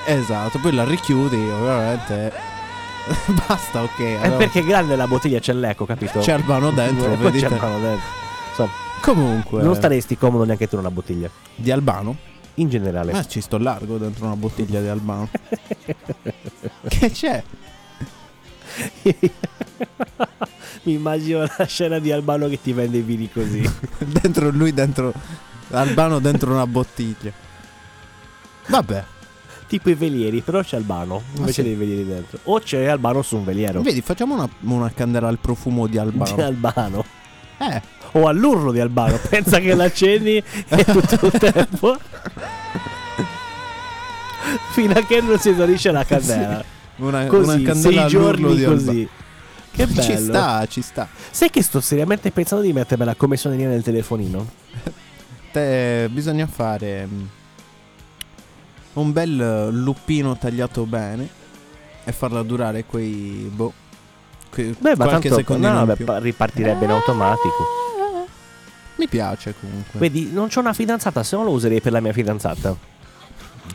[SPEAKER 2] Esatto, poi la richiudi, ovviamente. Basta, ok.
[SPEAKER 3] È
[SPEAKER 2] allora
[SPEAKER 3] perché grande la bottiglia c'è l'eco, capito?
[SPEAKER 2] C'è Albano dentro,
[SPEAKER 3] Eh, poi
[SPEAKER 2] vedete.
[SPEAKER 3] c'è Albano dentro. Insomma,
[SPEAKER 2] Comunque,
[SPEAKER 3] non staresti comodo neanche tu in una bottiglia.
[SPEAKER 2] di Albano?
[SPEAKER 3] In generale.
[SPEAKER 2] Ma ci sto largo dentro una bottiglia di Albano. che c'è?
[SPEAKER 3] Mi immagino la scena di Albano che ti vende i vini così.
[SPEAKER 2] Dentro lui, dentro Albano, dentro una bottiglia. Vabbè,
[SPEAKER 3] tipo i velieri, però c'è Albano invece
[SPEAKER 2] Ah, sì.
[SPEAKER 3] dei velieri dentro. O c'è Albano su un veliero.
[SPEAKER 2] vedi, facciamo una, una candela al profumo di
[SPEAKER 3] C'è
[SPEAKER 2] Albano.
[SPEAKER 3] Albano.
[SPEAKER 2] Eh,
[SPEAKER 3] O all'urlo di Albano. Pensa che l'accendi e tutto il tempo. Fino a che non si esaurisce la candela.
[SPEAKER 2] una,
[SPEAKER 3] Così,
[SPEAKER 2] Eh, una candela
[SPEAKER 3] sei
[SPEAKER 2] all'urlo
[SPEAKER 3] giorni
[SPEAKER 2] di Albano.
[SPEAKER 3] così. Che bello.
[SPEAKER 2] Ci sta, ci sta.
[SPEAKER 3] Sai che sto seriamente pensando di mettermela come suoneria nel telefonino?
[SPEAKER 2] Te- bisogna fare mm, un bel eh, luppino tagliato bene e farla durare quei boh que-
[SPEAKER 3] Beh, ma
[SPEAKER 2] qualche
[SPEAKER 3] tanto
[SPEAKER 2] secondino
[SPEAKER 3] no,
[SPEAKER 2] in
[SPEAKER 3] beh,
[SPEAKER 2] più.
[SPEAKER 3] pa- ripartirebbe in automatico.
[SPEAKER 2] Mi piace comunque
[SPEAKER 3] Vedi, non c'ho una fidanzata, se no lo userei per la mia fidanzata.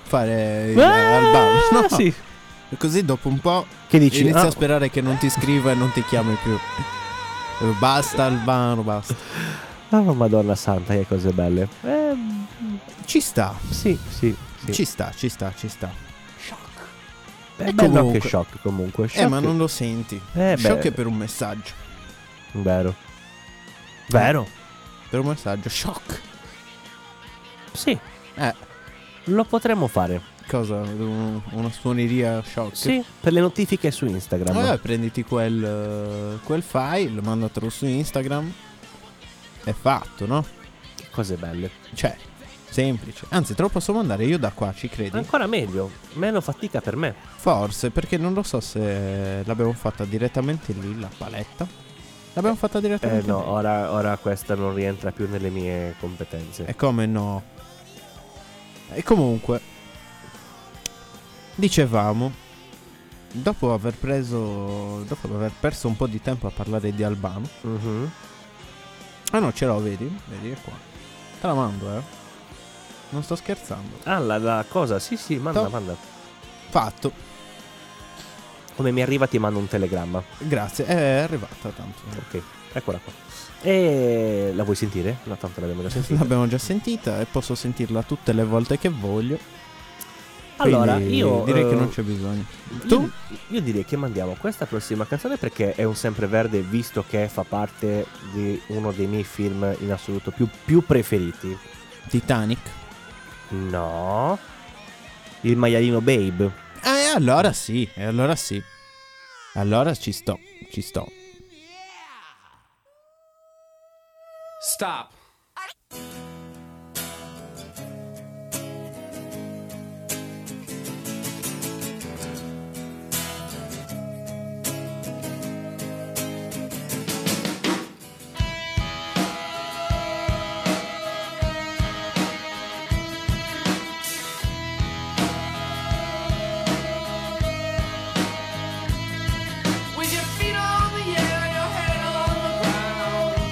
[SPEAKER 2] fare il,
[SPEAKER 3] Ah,
[SPEAKER 2] al Eh, bar. No,
[SPEAKER 3] sì.
[SPEAKER 2] Così dopo un po'
[SPEAKER 3] Che dici?
[SPEAKER 2] inizio
[SPEAKER 3] Ah,
[SPEAKER 2] a sperare che non ti scriva e non ti chiami più. Eh, Basta Albano, basta.
[SPEAKER 3] oh, Madonna santa, che cose belle. Eh,
[SPEAKER 2] Ci sta,
[SPEAKER 3] sì, sì, sì.
[SPEAKER 2] ci sta, ci sta, ci sta.
[SPEAKER 3] Beh,
[SPEAKER 2] e
[SPEAKER 3] bello
[SPEAKER 2] comunque-
[SPEAKER 3] anche shock comunque.
[SPEAKER 2] Eh,
[SPEAKER 3] Shock-
[SPEAKER 2] ma non lo senti.
[SPEAKER 3] Eh, beh.
[SPEAKER 2] Shock è per un messaggio.
[SPEAKER 3] Vero. Vero?
[SPEAKER 2] Eh. Per un messaggio, shock.
[SPEAKER 3] Sì,
[SPEAKER 2] Eh,
[SPEAKER 3] lo potremmo fare.
[SPEAKER 2] cosa? Un- una suoneria shock?
[SPEAKER 3] Sì, per le notifiche su Instagram.
[SPEAKER 2] Allora prenditi quel, eh, quel file, mandatelo su Instagram. È fatto, no?
[SPEAKER 3] Che cose belle.
[SPEAKER 2] Cioè, semplice. Anzi, te lo posso mandare io da qua, ci credi?
[SPEAKER 3] Ancora meglio, meno fatica per me.
[SPEAKER 2] Forse, perché non lo so se l'abbiamo fatta direttamente lì, la paletta. L'abbiamo fatta
[SPEAKER 3] Eh
[SPEAKER 2] direttamente
[SPEAKER 3] no,
[SPEAKER 2] lì.
[SPEAKER 3] ora, ora questa non rientra più nelle mie competenze.
[SPEAKER 2] E come no? E comunque, dicevamo, dopo aver preso, dopo aver perso un po' di tempo a parlare di Albano,
[SPEAKER 3] Mhm.
[SPEAKER 2] Ah no, ce l'ho, vedi? Vedi è qua. Te la mando, eh. Non sto scherzando.
[SPEAKER 3] Ah, la, la cosa, sì sì, manda,
[SPEAKER 2] Top.
[SPEAKER 3] manda.
[SPEAKER 2] Fatto.
[SPEAKER 3] Come mi arriva ti mando un telegramma.
[SPEAKER 2] Grazie, è arrivata tanto.
[SPEAKER 3] Ok, eccola qua. E la vuoi sentire? No, tanto l'abbiamo già sentita.
[SPEAKER 2] L'abbiamo già sentita e posso sentirla tutte le volte che voglio.
[SPEAKER 3] allora,
[SPEAKER 2] quindi
[SPEAKER 3] io...
[SPEAKER 2] direi che
[SPEAKER 3] eh,
[SPEAKER 2] non c'è bisogno.
[SPEAKER 3] io-
[SPEAKER 2] Tu?
[SPEAKER 3] Io direi che mandiamo questa prossima canzone perché è un sempreverde visto che fa parte di uno dei miei film in assoluto più, più preferiti.
[SPEAKER 2] Titanic.
[SPEAKER 3] No. Il maialino Babe.
[SPEAKER 2] Eh, allora sì, e allora sì. Allora ci sto, ci sto.
[SPEAKER 6] Stop. With your feet on the air, your head on the ground.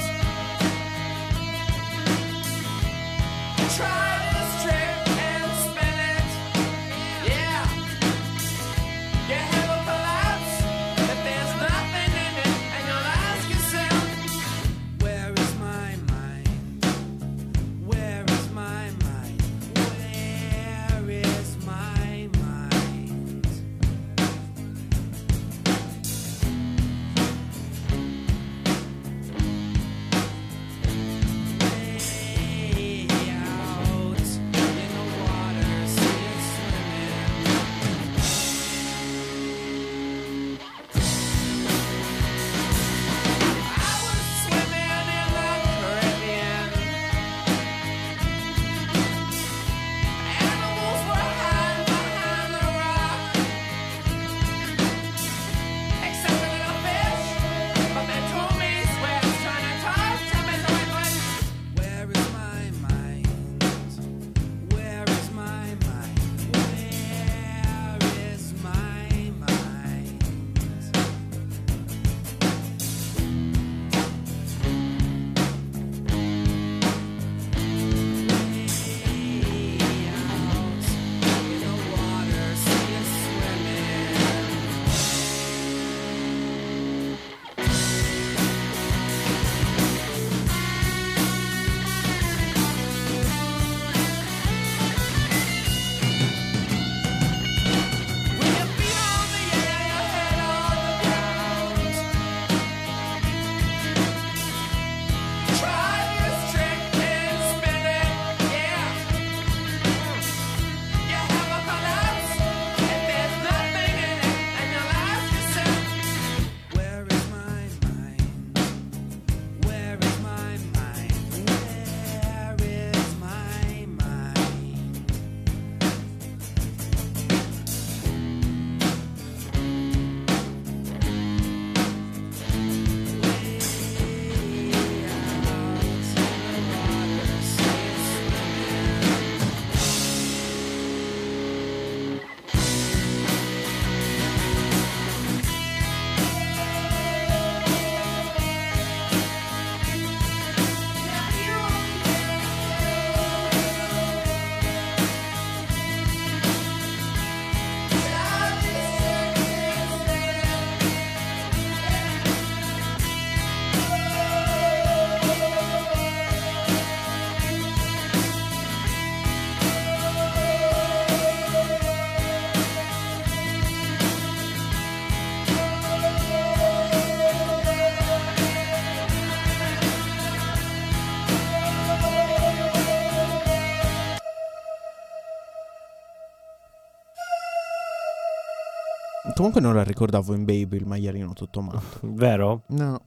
[SPEAKER 2] Comunque non la ricordavo in Baby il maialino tutto matto.
[SPEAKER 3] Vero?
[SPEAKER 2] No.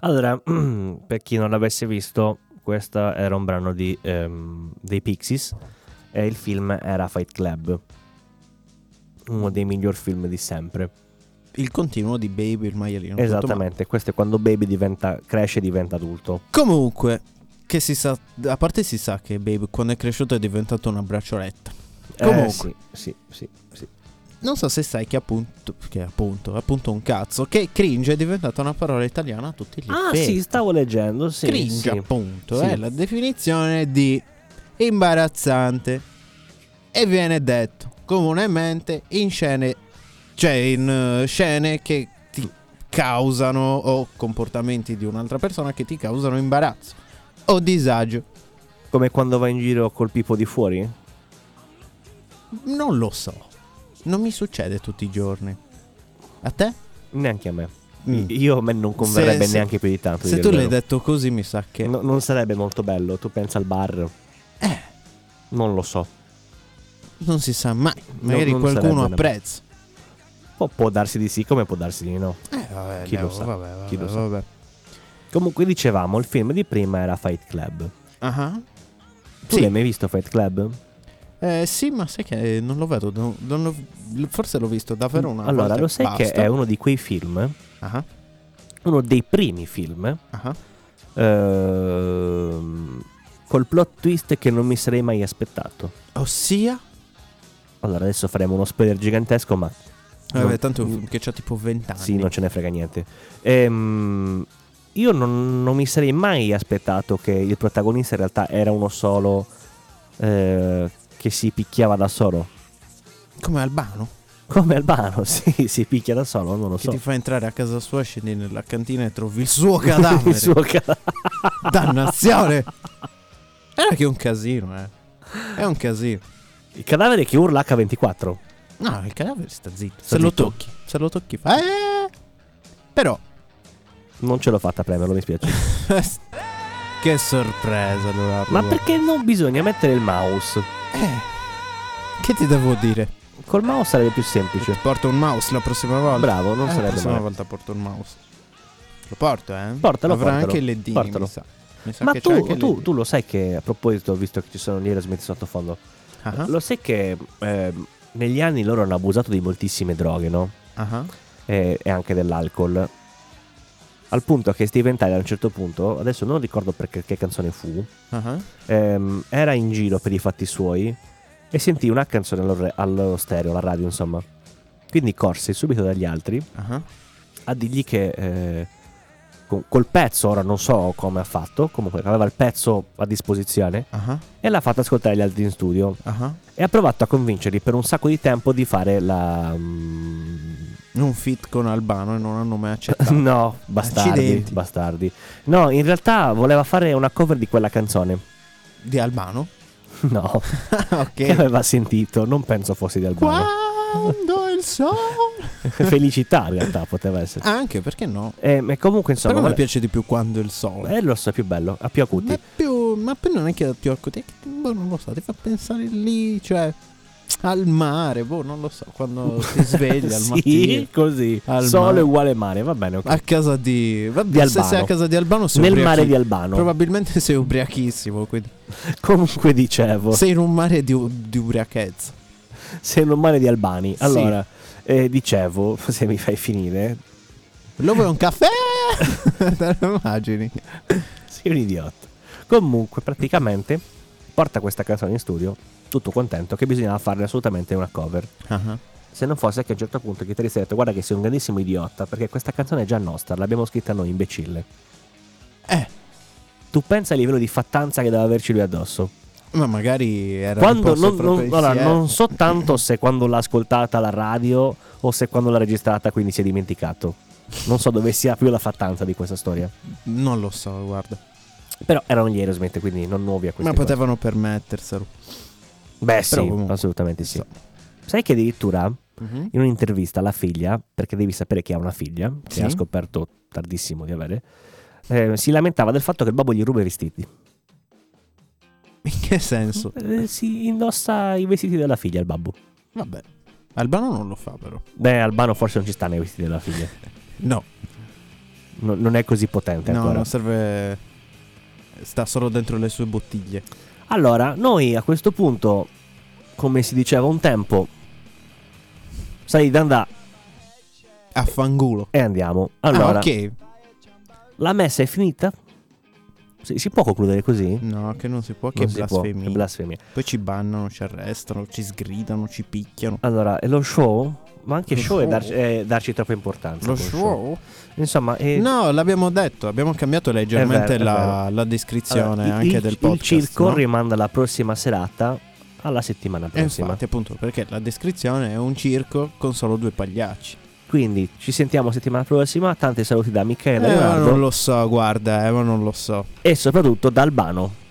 [SPEAKER 3] Allora, per chi non l'avesse visto, questo era un brano di, ehm, dei Pixies e il film era Fight Club, uno dei miglior film di sempre.
[SPEAKER 2] Il continuo di Baby il maialino tutto matto.
[SPEAKER 3] Esattamente, questo è quando Baby diventa, cresce e diventa adulto.
[SPEAKER 2] Comunque, che si sa, a parte si sa che Baby quando è cresciuto è diventato una braccioletta.
[SPEAKER 3] Eh,
[SPEAKER 2] Comunque.
[SPEAKER 3] sì, sì, sì, sì.
[SPEAKER 2] Non so se sai che appunto, che appunto, appunto un cazzo, che cringe è diventata una parola italiana a tutti gli
[SPEAKER 3] Ah,
[SPEAKER 2] effetti.
[SPEAKER 3] sì, stavo leggendo, sì.
[SPEAKER 2] cringe
[SPEAKER 3] sì.
[SPEAKER 2] appunto
[SPEAKER 3] Sì.
[SPEAKER 2] è la definizione di imbarazzante e viene detto comunemente in scene cioè in eh, scene che ti causano o comportamenti di un'altra persona che ti causano imbarazzo o disagio
[SPEAKER 3] Come quando vai in giro col pipo di fuori?
[SPEAKER 2] non lo so non mi succede tutti i giorni a te?
[SPEAKER 3] Neanche a me.
[SPEAKER 2] Mm.
[SPEAKER 3] Io a me non converrebbe
[SPEAKER 2] se-
[SPEAKER 3] neanche più di Mm. tanto.
[SPEAKER 2] se
[SPEAKER 3] dir
[SPEAKER 2] tu
[SPEAKER 3] il
[SPEAKER 2] l'hai
[SPEAKER 3] vero.
[SPEAKER 2] detto così mi sa che Eh.
[SPEAKER 3] No, non sarebbe molto bello, tu pensa al bar. Non lo so.
[SPEAKER 2] non si sa mai magari
[SPEAKER 3] non sarebbe
[SPEAKER 2] qualcuno
[SPEAKER 3] una-
[SPEAKER 2] apprezza
[SPEAKER 3] Può, può darsi di sì come può darsi di no.
[SPEAKER 2] eh vabbè
[SPEAKER 3] Chi lo
[SPEAKER 2] Leo,
[SPEAKER 3] sa?
[SPEAKER 2] vabbè, vabbè,
[SPEAKER 3] Chi lo sa?
[SPEAKER 2] vabbè.
[SPEAKER 3] Comunque dicevamo, il film di prima era Fight Club.
[SPEAKER 2] Ah.
[SPEAKER 3] Tu
[SPEAKER 2] Sì.
[SPEAKER 3] l'hai mai visto Fight Club?
[SPEAKER 2] Eh, sì, ma sai che non lo vedo. non- non lo- forse l'ho visto davvero una
[SPEAKER 3] Mm, allora,
[SPEAKER 2] volta.
[SPEAKER 3] lo sai
[SPEAKER 2] Basta.
[SPEAKER 3] che è uno di quei film,
[SPEAKER 2] Ah,
[SPEAKER 3] uno dei primi film,
[SPEAKER 2] ah.
[SPEAKER 3] ehm, col plot twist che non mi sarei mai aspettato.
[SPEAKER 2] Ossia,
[SPEAKER 3] Allora, adesso faremo uno spoiler gigantesco, ma
[SPEAKER 2] Eh, vabbè,
[SPEAKER 3] Non-
[SPEAKER 2] tanto è un film che c'ha tipo 20 anni.
[SPEAKER 3] Mm. Sì, non ce ne frega niente. Ehm, io non, non mi sarei mai aspettato che il protagonista in realtà era uno solo eh, che si picchiava da solo.
[SPEAKER 2] Come Albano,
[SPEAKER 3] Come Albano, sì, si picchia da solo, non lo
[SPEAKER 2] che
[SPEAKER 3] so.
[SPEAKER 2] ti fa entrare a casa sua, scendi nella cantina e trovi il suo cadavere.
[SPEAKER 3] Il suo cadavere.
[SPEAKER 2] Dannazione! Era che è un casino, eh. È un casino.
[SPEAKER 3] Il cadavere che urla H24.
[SPEAKER 2] No, il cadavere sta zitto.
[SPEAKER 3] Sta
[SPEAKER 2] se lo
[SPEAKER 3] zitto.
[SPEAKER 2] tocchi, se lo tocchi fa. "Eh". Però,
[SPEAKER 3] Non ce l'ho fatta a premerlo, mi spiace.
[SPEAKER 2] che sorpresa, allora.
[SPEAKER 3] Ma perché non bisogna mettere il mouse?
[SPEAKER 2] Eh, Che ti devo dire?
[SPEAKER 3] Col mouse sarebbe più semplice.
[SPEAKER 2] Porto un mouse la prossima volta.
[SPEAKER 3] Bravo, non
[SPEAKER 2] Eh, La
[SPEAKER 3] sarebbe
[SPEAKER 2] prossima
[SPEAKER 3] male.
[SPEAKER 2] volta porto un mouse. Lo porto, eh?
[SPEAKER 3] Portalo,
[SPEAKER 2] Avrà
[SPEAKER 3] portalo.
[SPEAKER 2] anche il ledino,
[SPEAKER 3] Portalo.
[SPEAKER 2] mi sa. Mi sa
[SPEAKER 3] Ma
[SPEAKER 2] che c'è
[SPEAKER 3] tu,
[SPEAKER 2] anche il
[SPEAKER 3] tu-
[SPEAKER 2] ledino.
[SPEAKER 3] tu lo sai che, a proposito, visto che ci sono gli Aerosmith sottofondo,
[SPEAKER 2] Ah, ah,
[SPEAKER 3] Lo sai che ehm, negli anni loro hanno abusato di moltissime droghe, no?
[SPEAKER 2] ah ah.
[SPEAKER 3] E, e anche dell'alcol. Al punto che Steven Tyler a un certo punto, adesso non ricordo perché, che canzone fu,
[SPEAKER 2] ah ah.
[SPEAKER 3] ehm, era in giro per i fatti suoi e sentì una canzone allo, re- allo stereo, alla radio insomma. Quindi corse subito dagli altri
[SPEAKER 2] ah ah.
[SPEAKER 3] a dirgli che eh, con- col pezzo, ora non so come ha fatto, comunque aveva il pezzo a disposizione
[SPEAKER 2] Ah ah.
[SPEAKER 3] e l'ha fatto ascoltare gli altri in studio
[SPEAKER 2] Ah ah.
[SPEAKER 3] e ha provato a convincerli per un sacco di tempo di fare la... mm,
[SPEAKER 2] Un fit con Albano e non hanno mai accettato.
[SPEAKER 3] No, bastardi,
[SPEAKER 2] Accidenti.
[SPEAKER 3] bastardi. No, in realtà voleva fare una cover di quella canzone.
[SPEAKER 2] Di Albano? Ah,
[SPEAKER 3] No, che
[SPEAKER 2] ok.
[SPEAKER 3] aveva sentito, non penso fossi di Albano.
[SPEAKER 2] Quando il sole.
[SPEAKER 3] Felicità in realtà poteva essere.
[SPEAKER 2] Anche perché no?
[SPEAKER 3] E, e comunque insomma...
[SPEAKER 2] Ah. Però mi
[SPEAKER 3] vole-
[SPEAKER 2] piace di più quando il sole.
[SPEAKER 3] Eh, lo so, è più bello, a più acuti.
[SPEAKER 2] Ma più, ma poi non è che più acqua, te- boh, non lo so, ti fa pensare lì, cioè al mare, boh, non lo so, quando ti svegli al
[SPEAKER 3] sì,
[SPEAKER 2] mattino.
[SPEAKER 3] così.
[SPEAKER 2] Al
[SPEAKER 3] Sole
[SPEAKER 2] mare.
[SPEAKER 3] uguale mare, va bene. ok.
[SPEAKER 2] A casa di, vabbè,
[SPEAKER 3] Di
[SPEAKER 2] se sei
[SPEAKER 3] Albano.
[SPEAKER 2] a casa di Albano sei
[SPEAKER 3] Nel
[SPEAKER 2] ubriachi-
[SPEAKER 3] mare di Albano.
[SPEAKER 2] Probabilmente sei ubriachissimo, quindi
[SPEAKER 3] Comunque dicevo...
[SPEAKER 2] sei in un mare di, u- di ubriachezza.
[SPEAKER 3] Se non male di Albani.
[SPEAKER 2] Sì.
[SPEAKER 3] Allora, eh, dicevo, se mi fai finire,
[SPEAKER 2] Lo vuoi un caffè? Te lo immagini?
[SPEAKER 3] sei un idiota. Comunque, praticamente, porta questa canzone in studio, tutto contento, che bisognava farle assolutamente una cover.
[SPEAKER 2] Ah,
[SPEAKER 3] Se non fosse che a un certo punto il chitarrista ha detto guarda che sei un grandissimo idiota, perché questa canzone è già nostra, l'abbiamo scritta noi, imbecille.
[SPEAKER 2] Eh,
[SPEAKER 3] Tu pensa al livello di fattanza che doveva averci lui addosso.
[SPEAKER 2] ma magari era
[SPEAKER 3] Quando
[SPEAKER 2] un po'
[SPEAKER 3] non, non-
[SPEAKER 2] sopra
[SPEAKER 3] allora,
[SPEAKER 2] pensiero.
[SPEAKER 3] non so tanto se quando l'ha ascoltata alla radio o se quando l'ha registrata quindi si è dimenticato. Non so dove sia più la fattanza di questa storia.
[SPEAKER 2] non lo so, guarda.
[SPEAKER 3] Però erano gli Aerosmith, quindi non nuovi a queste
[SPEAKER 2] Ma
[SPEAKER 3] cose.
[SPEAKER 2] potevano permetterselo.
[SPEAKER 3] Beh, sì,
[SPEAKER 2] Però comunque,
[SPEAKER 3] assolutamente sì.
[SPEAKER 2] so.
[SPEAKER 3] Sai che addirittura
[SPEAKER 2] Mhm.
[SPEAKER 3] in un'intervista alla figlia, perché devi sapere che ha una figlia,
[SPEAKER 2] Sì.
[SPEAKER 3] che ha scoperto tardissimo di avere, eh, si lamentava del fatto che il babbo gli ruba i vestiti.
[SPEAKER 2] In che senso?
[SPEAKER 3] Eh, si indossa i vestiti della figlia il babbo.
[SPEAKER 2] Vabbè. Albano non lo fa però.
[SPEAKER 3] Beh, Albano forse non ci sta nei vestiti della figlia.
[SPEAKER 2] No,
[SPEAKER 3] No- non è così potente
[SPEAKER 2] no,
[SPEAKER 3] ancora.
[SPEAKER 2] non serve... Sta solo dentro le sue bottiglie.
[SPEAKER 3] Allora, noi a questo punto, come si diceva un tempo, sai d'andà
[SPEAKER 2] A fangulo.
[SPEAKER 3] e andiamo.
[SPEAKER 2] Ah,
[SPEAKER 3] Allora,
[SPEAKER 2] ok.
[SPEAKER 3] la messa è finita. Si, si può concludere così?
[SPEAKER 2] No, che non si può, che
[SPEAKER 3] Non si può,
[SPEAKER 2] blasfemia.
[SPEAKER 3] che blasfemia.
[SPEAKER 2] Poi ci bannano, ci arrestano, ci sgridano, ci picchiano.
[SPEAKER 3] Allora, e lo show? Ma anche
[SPEAKER 2] Lo
[SPEAKER 3] show, È,
[SPEAKER 2] show?
[SPEAKER 3] darci, è darci troppa importanza.
[SPEAKER 2] Lo
[SPEAKER 3] col
[SPEAKER 2] show?
[SPEAKER 3] Insomma, è-
[SPEAKER 2] No, l'abbiamo detto, abbiamo cambiato leggermente
[SPEAKER 3] Eh. È vero, è
[SPEAKER 2] la, la
[SPEAKER 3] allora,
[SPEAKER 2] descrizione
[SPEAKER 3] il-
[SPEAKER 2] anche
[SPEAKER 3] il,
[SPEAKER 2] del podcast.
[SPEAKER 3] Il circo
[SPEAKER 2] no?
[SPEAKER 3] rimanda la prossima serata alla settimana
[SPEAKER 2] E
[SPEAKER 3] prossima.
[SPEAKER 2] infatti, appunto, perché la descrizione è un circo con solo due pagliacci.
[SPEAKER 3] Quindi ci sentiamo settimana prossima. Tanti saluti da
[SPEAKER 2] Eh,
[SPEAKER 3] Michele
[SPEAKER 2] ma
[SPEAKER 3] Leonardo
[SPEAKER 2] non lo so, guarda, eh, ma non lo so.
[SPEAKER 3] e soprattutto da Albano.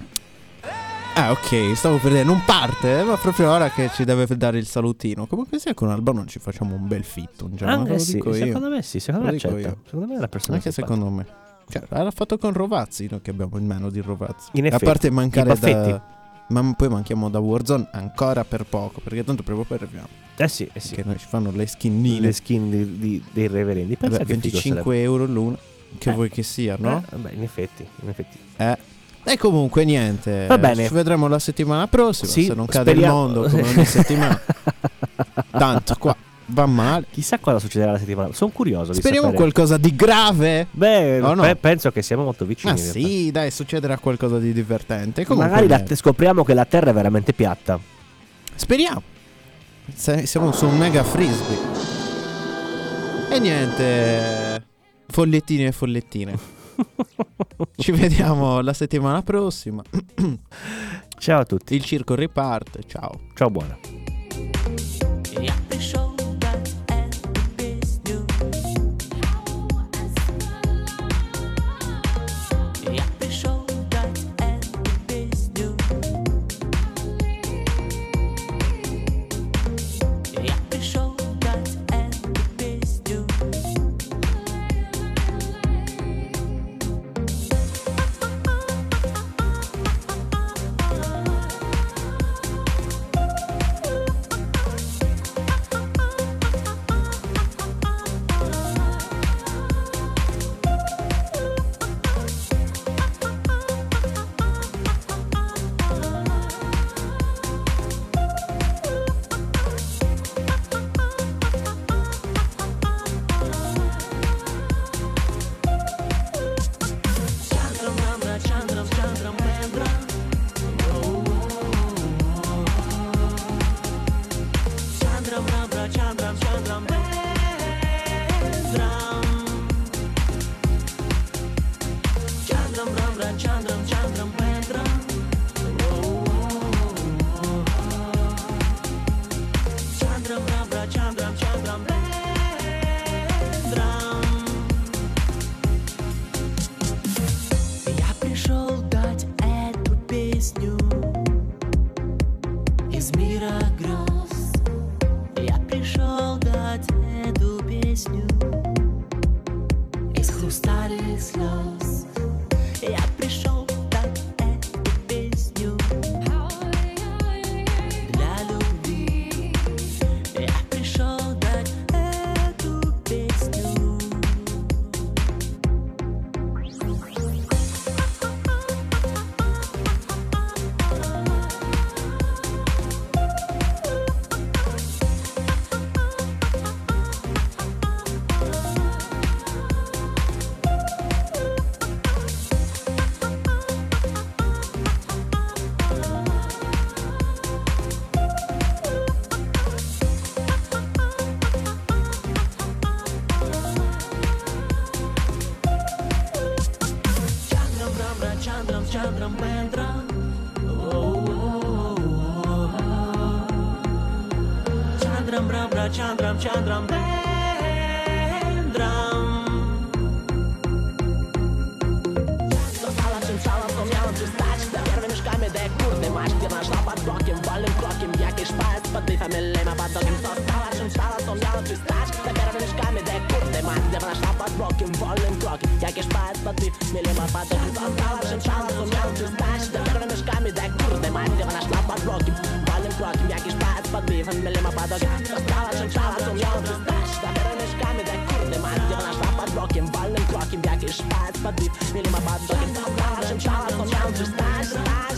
[SPEAKER 2] Ah, ok, stavo per dire, non parte, eh, ma proprio ora che ci deve dare il salutino. Comunque sia con Albano ci facciamo un bel fitto, un giorno, ve
[SPEAKER 3] Anche
[SPEAKER 2] lo
[SPEAKER 3] Ah, eh sì,
[SPEAKER 2] dico io.
[SPEAKER 3] secondo me sì, secondo
[SPEAKER 2] Lo
[SPEAKER 3] me
[SPEAKER 2] dico
[SPEAKER 3] accetta.
[SPEAKER 2] io.
[SPEAKER 3] Secondo me è la persona
[SPEAKER 2] Anche
[SPEAKER 3] che
[SPEAKER 2] secondo me. Cioè, l'ha fatto con Rovazzi, noi che abbiamo il meno di Rovazzi.
[SPEAKER 3] In effetti,
[SPEAKER 2] A parte mancare
[SPEAKER 3] i baffetti.
[SPEAKER 2] da... Ma poi manchiamo da Warzone ancora per poco, perché tanto prima o poi arriviamo.
[SPEAKER 3] Eh sì, eh sì.
[SPEAKER 2] Che noi ci fanno le skinnine.
[SPEAKER 3] Le skin di- di- dei reverendi. Pensa
[SPEAKER 2] Vabbè,
[SPEAKER 3] che figo
[SPEAKER 2] 25 euro l'una. Che
[SPEAKER 3] Eh.
[SPEAKER 2] vuoi che sia,
[SPEAKER 3] sarebbe.
[SPEAKER 2] no?
[SPEAKER 3] Eh, beh, in effetti, in effetti.
[SPEAKER 2] Eh. E comunque niente.
[SPEAKER 3] Va bene.
[SPEAKER 2] Ci vedremo la settimana prossima.
[SPEAKER 3] Sì,
[SPEAKER 2] se non cade
[SPEAKER 3] speriamo.
[SPEAKER 2] il mondo come ogni settimana. tanto qua va male.
[SPEAKER 3] Chissà cosa succederà la settimana. Sono curioso di
[SPEAKER 2] Speriamo
[SPEAKER 3] sapere.
[SPEAKER 2] qualcosa di grave.
[SPEAKER 3] Beh,
[SPEAKER 2] Oh, no.
[SPEAKER 3] pe- penso che siamo molto vicini.
[SPEAKER 2] Ma
[SPEAKER 3] in realtà.
[SPEAKER 2] sì, dai, succederà qualcosa di divertente. Comunque,
[SPEAKER 3] Magari la-
[SPEAKER 2] niente.
[SPEAKER 3] scopriamo che la Terra è veramente piatta.
[SPEAKER 2] Speriamo. Se- siamo su un mega frisbee. E niente. Follettine e follettine. Ci vediamo la settimana prossima.
[SPEAKER 3] Ciao a tutti.
[SPEAKER 2] Il circo riparte. Ciao.
[SPEAKER 3] Ciao, buona.
[SPEAKER 7] Я пришел дать эту песню из мира гроз. Я пришел дать эту песню из хрустальных слез. Я пришел дать эту песню для любви. Я пришел дать эту песню. Chandram Rabra Chandram Chandram Bendram
[SPEAKER 8] Ты Jestem mylema padoga Skala czymczala co miał zdać Zabiorę mieszkamy tak kurde mat Ja ona szła pod blokiem, walnym krokiem W jakiś szpad spadł Mylema padoga Skala czymczala co miał zdać Zdać